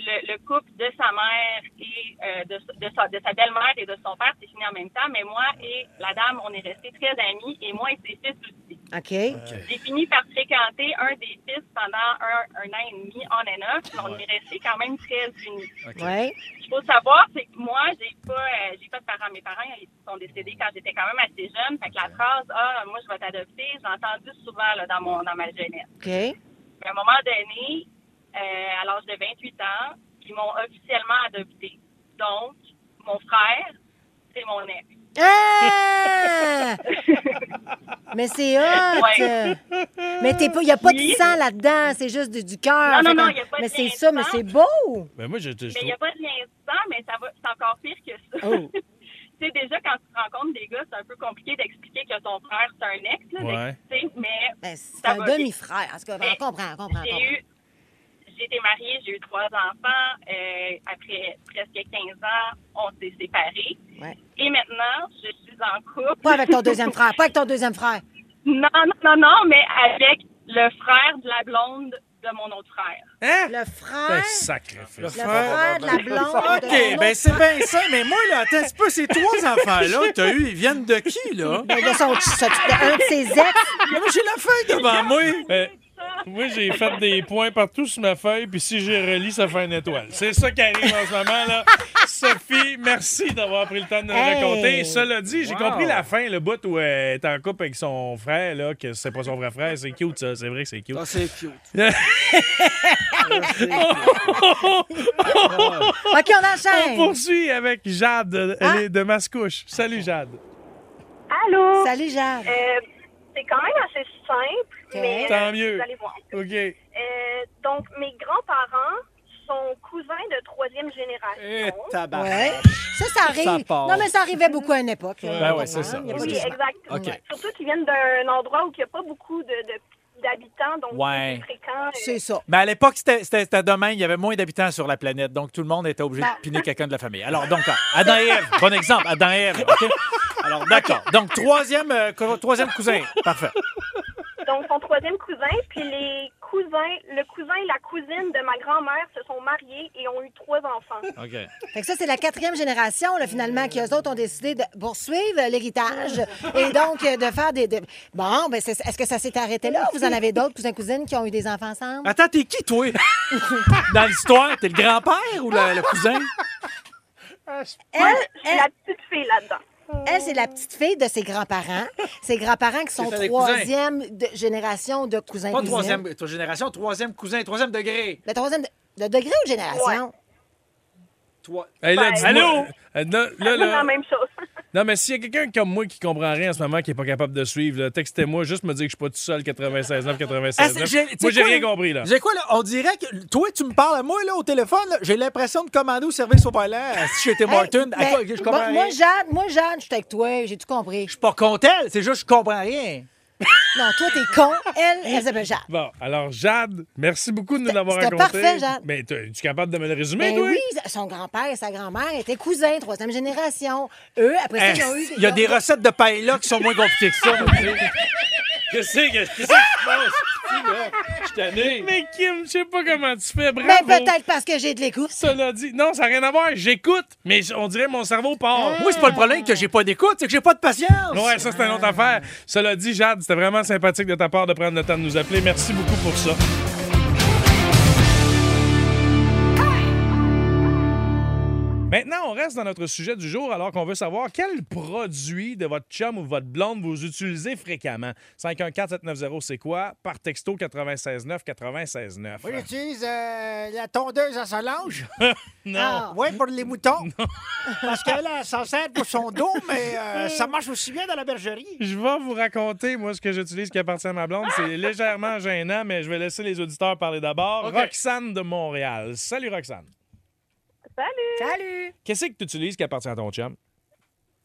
S10: le, le couple de sa mère et euh, de, de sa, de sa belle-mère et de son père s'est fini en même temps. Mais moi et la dame, on est restés très amis. Et moi et ses fils aussi.
S4: OK.
S10: J'ai fini par fréquenter un des fils pendant un, un an et demi, on and off, mais on
S4: Ouais.
S10: est resté quand même très unis.
S4: Ouais.
S10: Ce qu'il faut savoir, c'est que moi, j'ai pas, euh, j'ai pas de parents. Mes parents, ils sont décédés quand j'étais quand même assez jeune. Fait que la phrase, ah, moi, je vais t'adopter, j'ai entendu souvent là, dans, mon, dans ma jeunesse.
S4: OK.
S10: Mais à un moment donné, euh, à l'âge de 28 ans, ils m'ont officiellement adopté. Donc, mon frère, c'est mon ex.
S4: *laughs* Ah! Mais c'est hot!
S10: Ouais.
S4: Mais t'es pas, il n'y a pas de sang là-dedans, c'est juste du, du cœur.
S10: Non, non,
S4: Fait
S10: non,
S4: qu'on-
S10: y a pas de
S4: Mais c'est
S10: lien
S4: ça, mais
S10: sang.
S4: c'est beau!
S3: Mais Ben moi, je, je
S10: Mais il n'y a
S3: trouve-
S10: pas de lien de sang, mais ça va, c'est encore pire que ça.
S3: Oh.
S10: *laughs* tu sais, déjà, quand tu rencontres des gars, c'est un peu compliqué d'expliquer que ton frère, c'est un ex, là,
S4: Ouais.
S10: mais, tu sais, mais
S4: C'est
S10: ça
S4: un
S10: va
S4: demi-frère. En tout cas,
S10: Mais
S4: on comprend, on comprend. on
S10: j'ai
S4: comprend.
S10: eu, j'ai été mariée, j'ai eu trois enfants. euh, après presque 15 ans, on s'est séparés.
S4: Ouais.
S10: Et maintenant, je suis en couple. *laughs*
S4: Pas avec ton deuxième frère, pas avec ton deuxième frère.
S10: Non, non, non, non, mais avec le frère de la blonde de mon autre frère.
S5: Hein?
S4: Le frère.
S3: sacrifice.
S4: Le frère de la blonde. de
S5: OK,
S4: mon
S5: Ah, ben
S4: autre
S5: c'est bien ça. Mais moi, là, attends un petit peu, ces trois enfants-là que t'as eu, ils viennent de qui, là?
S4: Ben, de son- ça, de
S5: ben,
S4: un de ses ex.
S5: Mais moi, j'ai la feuille devant moi.
S3: Euh, moi, j'ai fait des points partout sur ma feuille, puis si j'y relis, ça fait une étoile. C'est ça qui arrive en ce moment, là. Sophie, merci d'avoir pris le temps de nous
S13: Hey!
S3: raconter. Cela dit, j'ai
S13: Wow.
S3: compris la fin, le bout où elle est en couple avec son frère, là, que c'est pas son vrai frère. C'est cute, ça. C'est vrai que c'est cute.
S5: Ah, c'est cute.
S4: OK, on enchaîne.
S3: On
S5: Oh,
S3: poursuit avec Jade euh,
S14: Ah.
S3: elle est de Mascouche. Salut, Jade.
S14: Allô?
S4: Salut, Jade.
S10: Euh,
S14: c'est quand même assez simple, mais euh,
S3: Tant mieux.
S14: vous allez voir.
S3: OK.
S14: Euh, donc, mes grands-parents sont cousins de troisième génération.
S5: Eh,
S4: Ouais.
S10: ben,
S4: Ça, ça arrive.
S14: Ça part.
S4: non, mais ça arrivait beaucoup à une époque.
S14: Ben
S4: là,
S14: ouais,
S4: on
S14: c'est
S4: comprend,
S14: ça.
S4: y a pas
S14: Oui,
S4: de-
S14: exact.
S4: Ok.
S14: Ouais. Surtout qu'ils viennent d'un endroit où il n'y a pas beaucoup de- de- d'habitants, donc
S5: Ouais.
S14: c'est fréquent. euh,
S4: C'est ça.
S5: Mais à l'époque, c'était- c'était c'était demain, il y avait moins d'habitants sur la planète, donc tout le monde était obligé
S4: Bah.
S5: de piner quelqu'un de la famille. Alors, donc, Adam et Ève, bon exemple, Adam et Ève, OK? Alors, d'accord. Donc, troisième, euh, co- troisième cousin. Parfait.
S14: Donc, son troisième cousin, puis les cousins, le cousin et la cousine de ma grand-mère se sont mariés et ont eu trois enfants.
S5: OK.
S4: Fait que ça, c'est la quatrième génération, là, finalement, qu'eux autres ont décidé de poursuivre
S5: *laughs*
S4: l'héritage et donc euh, de faire des. de- Bon, ben, c'est- est-ce que ça s'est arrêté là? ou Vous en avez d'autres cousins, cousines qui ont eu des enfants ensemble?
S5: Attends, t'es qui,
S3: *laughs*
S5: toi? Dans l'histoire, t'es le grand-père ou le, le cousin?
S4: Elle, la petite fille là-dedans. Elle, c'est la petite fille de ses grands-parents. Ses grands-parents qui sont
S5: C'est ça, des cousins.
S4: troisième de- génération de cousins.
S5: Pas
S4: cousines.
S5: troisième toi, génération, troisième cousin, troisième degré.
S4: Le Ben, troisième de, de degré ou de génération?
S5: Toi.
S3: *laughs* Hey,
S14: Ben,
S3: là, dis-moi-
S5: Allô?
S3: Euh, non, là, là-
S14: même chose.
S3: non, mais s'il y a quelqu'un comme moi qui comprend rien en ce moment, qui n'est pas capable de suivre, là, textez-moi, juste me dire que je suis pas tout seul, 96 9, 96
S5: Ah,
S3: 9.
S5: j'ai- tu sais
S3: Moi, j'ai
S5: quoi,
S3: rien compris, là.
S5: J'ai quoi, là? On dirait que toi, tu me parles à moi, là, au téléphone. là, J'ai l'impression de commander au service au volant. Si j'étais Martin, à
S4: Ben,
S5: quoi, je comprends
S4: moi,
S5: rien.
S4: moi, Jade, moi, Jade, je suis avec toi, j'ai tout compris. Je suis
S5: pas contre elle, c'est juste je comprends rien.
S4: Non, toi, t'es con. Elle, elle s'appelle Jade.
S3: Bon, alors, Jade, merci beaucoup de nous l'avoir
S4: c'était
S3: raconté.
S4: parfait, Jade.
S3: Mais t'es- es-tu capable de me le résumer,
S4: Ben
S3: toi?
S4: oui, son grand-père et sa grand-mère étaient cousins, troisième génération. Eux, après ça, ils ont eu.
S5: Eh, Il y a des recettes de paella qui sont moins compliquées que
S4: *laughs*
S5: ça. mon Dieu.
S3: Qu'est-ce que qu'est-ce qui se passe? Je suis tanné. Mais Kim, je sais pas comment tu fais, bravo.
S4: Ben, peut-être parce que j'ai de l'écoute.
S3: Cela dit, non, ça n'a rien à voir, j'écoute, mais j- on dirait que mon cerveau part.
S5: Moi, c'est pas le problème que j'ai pas d'écoute, c'est que j'ai pas de patience.
S3: Ouais, ça, c'est une autre affaire. Cela dit, Jade, c'était vraiment sympathique de ta part de prendre le temps de nous appeler. Merci beaucoup pour ça. Maintenant, on reste dans notre sujet du jour alors qu'on veut savoir quel produit de votre chum ou votre blonde vous utilisez fréquemment. 514-790, c'est quoi? Par texto 969 969.
S11: Moi, j'utilise euh, la tondeuse à Solange.
S3: Non.
S11: Oui, pour les moutons. Parce qu'elle, elle s'en sert pour son dos, mais
S5: *laughs*
S11: euh, ça marche aussi bien dans la bergerie.
S3: Je vais vous raconter, moi, ce que j'utilise qui appartient à ma blonde. C'est légèrement gênant, mais je vais laisser les auditeurs parler d'abord.
S11: OK.
S3: Roxane de Montréal. Salut, Roxane.
S14: Salut!
S4: Salut!
S3: Qu'est-ce que tu utilises qui appartient à ton chum?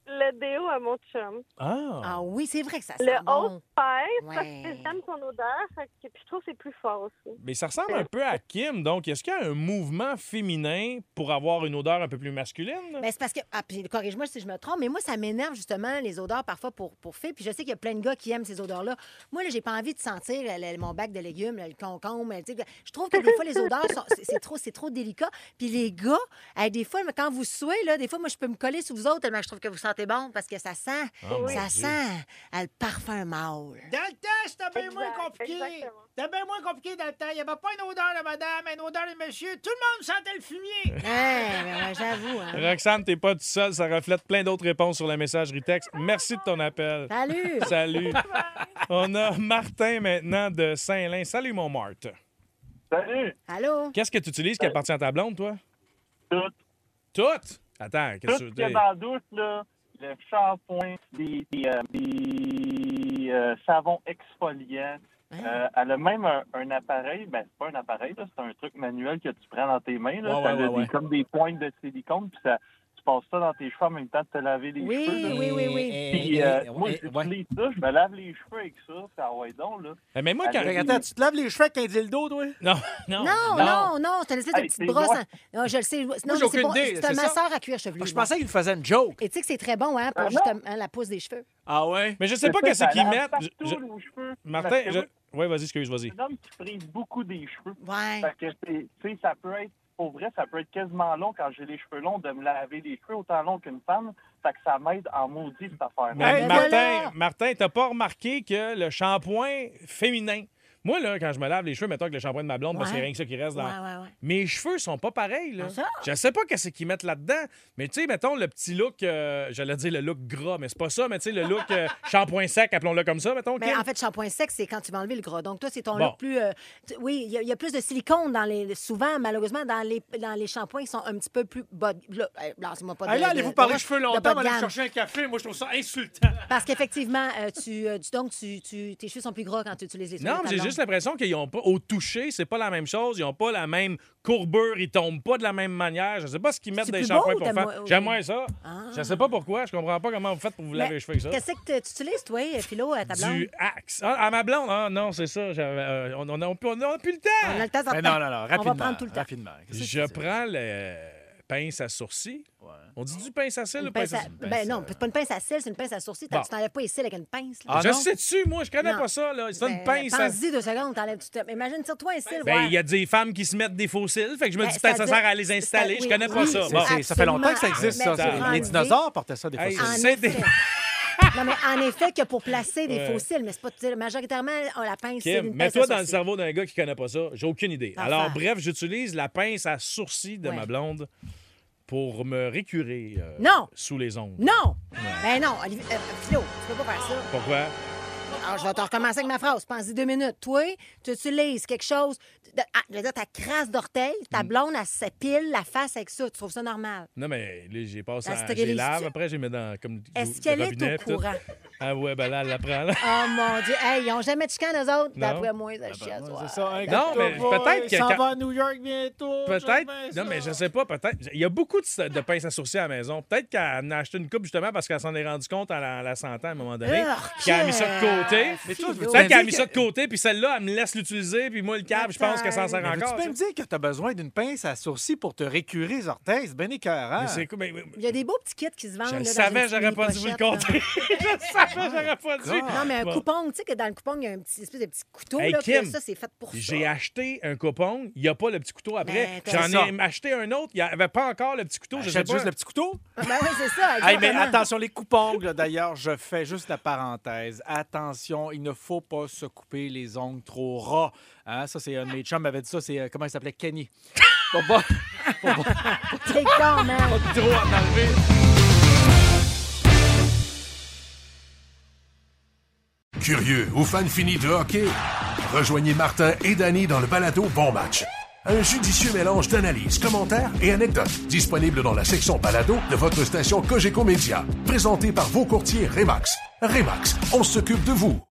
S14: Le déo à mon chum.
S3: Ah!
S4: oui, c'est vrai que ça
S14: Le haut paille,
S4: Ouais.
S14: parce que j'aime son odeur, fait que- puis je trouve que c'est plus fort aussi.
S3: Mais ça ressemble un peu à Kim, donc est-ce qu'il y a un mouvement féminin pour avoir une odeur un peu plus masculine?
S4: Ben, c'est parce que. Ah, puis corrige-moi si je me trompe, mais moi, ça m'énerve justement les odeurs parfois pour, pour filles. Puis je sais qu'il y a plein de gars qui aiment ces odeurs-là. Moi, là, j'ai pas envie de sentir le- le- mon bac de légumes, le concombre. tu sais. Je trouve que des fois, les odeurs, sont- c'est- c'est trop, c'est trop délicat. Puis les gars, hey, des fois, quand vous suez, là, des fois, moi, je peux me coller sous vous autres tellement que je trouve que vous sentez quand t'es bon parce que ça sent,
S11: Ah, mon
S4: ça
S11: Dieu.
S4: sent à le parfum mâle.
S11: Dans le temps, c'était bien
S4: Exact,
S11: moins compliqué.
S4: exactement.
S11: C'était bien moins compliqué dans le temps. Il n'y avait pas une odeur de madame, une odeur de monsieur. Tout le monde sentait
S5: *laughs*
S11: le fumier.
S4: Hein, ben j'avoue. hein.
S3: Roxane, t'es pas tout seul. Ça reflète plein d'autres réponses sur la messagerie texte. Merci de ton appel.
S4: Salut.
S3: Salut. On a Martin maintenant de Saint-Lin. Salut, mon Marthe.
S15: Salut.
S4: Allô?
S3: Qu'est-ce que tu utilises
S15: Ben,
S3: qui appartient à ta blonde, toi? Tout. Tout? Attends,
S15: Tout
S3: qu'est-ce
S15: ce
S3: que
S15: qu'il
S3: tu
S15: y a dans la douche, là, le shampoing, des, des, euh, des, euh, savons exfoliants. Euh, elle a même un, un appareil, ben c'est pas un appareil, là, c'est un truc manuel que tu prends dans tes mains. Là,
S3: Ouais,
S15: ça
S3: ouais,
S15: a
S3: ouais,
S15: des-
S3: ouais.
S15: comme des pointes de silicone, puis ça, tu passes ça dans tes cheveux en même temps de te laver les
S4: Oui,
S5: ben
S15: cheveux. là.
S4: oui, oui, oui.
S15: Puis,
S5: Eh,
S15: euh,
S5: eh,
S15: moi,
S5: eh,
S15: j'utilise ça, je me lave les cheveux avec ça, ça ouais donc, là.
S3: Eh, mais moi,
S15: Elle a
S5: Regarde,
S15: des-
S5: Attends, tu te laves les cheveux avec un dildo, toi?
S3: Non,
S4: Non, non, non, c'est une espèce de
S5: Hey,
S4: petite
S5: c'est
S4: brosse.
S5: loin.
S4: en- Non, je le sais. Non, mais
S5: j'ai
S4: c'est
S5: aucune
S4: bon.
S5: idée,
S4: C'est un
S5: c'est ça?
S4: masseur à cuir chevelu.
S5: Je pensais qu'il faisait une joke.
S4: Et tu sais que c'est très bon, hein, pour justement la pousse des cheveux.
S5: Ah ouais?
S3: Mais je sais pas qu'est-ce qu'ils mettent. Je- je-
S15: cheveux.
S3: Martin,
S15: Parce que
S3: je...
S15: moi,
S3: Oui, vas-y, excuse, vas-y.
S15: un homme qui frise beaucoup des cheveux.
S4: Ouais.
S5: Ben,
S15: Fait que c'est, tu sais, ça peut être, pour vrai, ça peut être quasiment long quand j'ai les cheveux longs de me laver les cheveux autant long qu'une femme. Fait que ça m'aide en maudit cette affaire.
S3: Mais Martin, Martin, t'as pas remarqué que le shampoing féminin. Moi, là, quand je me lave les cheveux, mettons que le shampoing de ma blonde, parce
S4: Ouais.
S3: qu'il y a rien que ça qui reste dans.
S4: Ouais, ouais, ouais.
S3: Mes cheveux sont pas pareils, là.
S4: Ah, ça?
S3: Je sais pas qu'est-ce qu'ils mettent là-dedans. Mais tu sais, mettons le petit look, euh, j'allais dire le look gras, mais c'est pas ça, mais tu sais, le look
S4: *laughs*
S3: euh, shampoing sec, appelons-le comme ça, mettons.
S4: Mais
S3: Kim.
S4: Ben, en fait, shampoing sec, c'est quand tu vas enlever le gras. Donc, toi, c'est ton
S3: Bon.
S4: look plus. euh, tu- oui, il y, a- il y a plus de silicone dans les. Souvent, malheureusement, dans les, dans les shampoings qui sont un petit peu plus. Bas, là, euh, lancez-moi pas de.
S5: Ah, là, allez-vous
S4: de-
S5: parler
S4: de-
S5: cheveux
S4: de bas
S5: longtemps,
S4: de
S5: mais allez
S4: gamme.
S5: chercher un café. Moi, je trouve ça insultant.
S4: Parce qu'effectivement, euh, tu, euh, tu- donc, tu, tu- tes cheveux sont plus gras quand tu utilises les
S3: Non, mais j'ai juste l'impression qu'ils ont pas au toucher, c'est pas la même chose, ils ont pas la même courbure, ils tombent pas de la même manière. Je sais pas ce qu'ils mettent
S4: C'est
S3: dans les
S4: plus beau
S3: shampoings
S4: ou
S3: pour
S4: t'as
S3: faire.
S4: moins-
S3: J'aime moins ça.
S4: Ah.
S3: Je sais pas pourquoi, je comprends pas comment vous faites pour vous laver les cheveux avec ça.
S4: Qu'est-ce que tu utilises, toi, euh, Philo, à ta blonde?
S3: Du axe. Ah, à ma blonde, ah, non, c'est ça. j'avais, euh, on n'a plus, on a plus le temps.
S4: On a le temps, ça
S3: Mais
S4: prend. On va prendre tout le temps.
S3: Je prends le pince à sourcils. On dit du pince à cils
S4: Une
S3: ou pince à
S4: pince à- Ben non, c'est pas une pince à cils, c'est une pince à sourcils. T'as-
S3: Bon.
S4: Tu t'enlèves pas les cils avec une pince. là.
S3: Ah, je sais dessus, moi, je connais
S4: Non.
S3: pas ça. Là. C'est une
S4: Ben,
S3: pince à
S4: Pense-y deux secondes, t'enlèves. tu te- Imagine, tire-toi un cil.
S3: Ben,
S4: voir.
S3: il y a des femmes qui se mettent des faux cils. Fait que je me
S4: Ben,
S3: dis peut-être ça
S4: c'est-à-dire-
S3: sert à les installer.
S4: c'est-
S3: Je connais
S4: oui,
S3: pas
S4: oui,
S3: ça.
S4: c'est- c'est- ça fait longtemps que ça existe, ça. Absolument. Les dinosaures
S5: portaient ça, des
S3: Hey,
S4: fossiles.
S3: c'est des-
S4: Non, mais en effet, que pour placer des
S3: Ouais.
S4: fossiles, mais c'est pas tu sais, majoritairement on la pince. c'est
S3: Kim,
S4: une pince
S3: mets-toi
S4: à
S3: dans le
S4: sourcils.
S3: cerveau d'un gars qui connaît pas ça. J'ai aucune idée.
S4: Enfin.
S3: Alors, bref, j'utilise la pince à sourcils de
S4: Ouais.
S3: ma blonde pour me récurer euh,
S4: Non.
S3: sous les ongles.
S4: Non! Ben non, Olivier, euh, Philo, tu peux pas faire ça.
S3: Pourquoi?
S4: Alors, je vais te recommencer avec ma phrase. Pense-y deux minutes. Toi, tu utilises quelque chose. de- ah, je veux dire, ta crasse d'orteil,
S3: Mm.
S4: ta blonde, elle s'épile la face avec ça. Tu trouves ça normal?
S3: Non, mais là, j'ai passé
S4: La
S3: à, j'ai
S4: stérilisation.
S3: lave, après, j'ai mis dans comme du-
S4: Est-ce
S3: du
S4: qu'elle est
S3: robinet,
S4: au
S3: puis tout.
S4: courant?
S3: Ah ouais, ben là, elle l'apprend, là.
S4: Oh mon Dieu. Hey, ils n'ont jamais de chicane, eux autres.
S3: Non.
S4: D'après moi, ça chiasse. ouais.
S5: C'est ça, hein,
S3: Non,
S5: comme
S3: mais
S5: toi,
S3: peut-être
S5: ouais,
S3: que
S5: Il s'en
S3: quand-
S5: va à New York
S4: Ah,
S5: bientôt. j'aime bien
S3: *laughs* Peut-être.
S5: ça.
S3: Non, mais je sais pas, peut-être. Il y a beaucoup de, de pinces à sourcils à la maison. Peut-être qu'elle en a acheté une coupe justement parce qu'elle s'en est rendue compte en la, en la sentant à un moment donné.
S5: Urk!
S3: Puis qu'elle a mis ça de côté.
S5: Mais toi, veux-tu me
S3: Peut-être qu'elle a
S5: dire
S3: mis
S5: que-
S3: ça de côté, puis celle-là, elle me laisse l'utiliser, puis moi, le câble, je pense qu'elle s'en sert
S5: Mais veux-tu
S3: encore.
S5: peux me dire que t'as besoin d'une pince à sourcils pour te récurer les orteils? C'est bien écœurant.
S3: Mais c'est quoi? mais- mais-
S4: Il y a des beaux petits kits qui se vendent.
S3: Je
S4: là,
S3: le
S4: dans
S3: savais,
S4: une
S3: j'aurais pas dû vous le
S5: hein.
S4: mini-pochette,
S3: compter.
S4: là.
S5: *laughs*
S3: *laughs* Je savais, j'aurais pas dû.
S4: Non, mais un
S3: Bon.
S4: coupon, tu sais que dans le coupon, il y a un petit espèce de petit couteau.
S3: Hey,
S4: là, puis
S3: Kim,
S4: ça, c'est fait pour ça.
S3: J'ai acheté un coupon, il n'y a pas le petit couteau après.
S4: Ben, t'as-
S3: J'en
S4: C'est ça.
S3: ai acheté un autre, il n'y avait pas encore le petit couteau. Je sais
S5: Achète
S3: pas.
S5: juste le petit couteau?
S4: Ben oui, c'est ça.
S5: Hey, mais
S4: exactement.
S5: attention, les coupongles, d'ailleurs, je fais juste la parenthèse. Attention, il ne faut pas se couper les ongles trop ras. Hein, Ça, c'est un de mes chums m'avait dit ça. C'est, euh, comment il s'appelait? Kenny. Faut pas- faut pas-
S4: T'es con, man.
S5: Pas trop en enlever.
S16: Curieux ou fan fini de hockey? Rejoignez Martin et Danny dans le balado Bon Match. Un judicieux mélange d'analyses, commentaires et anecdotes disponible dans la section balado de votre station Cogeco Média. Présenté par vos courtiers Remax. Remax, on s'occupe de vous.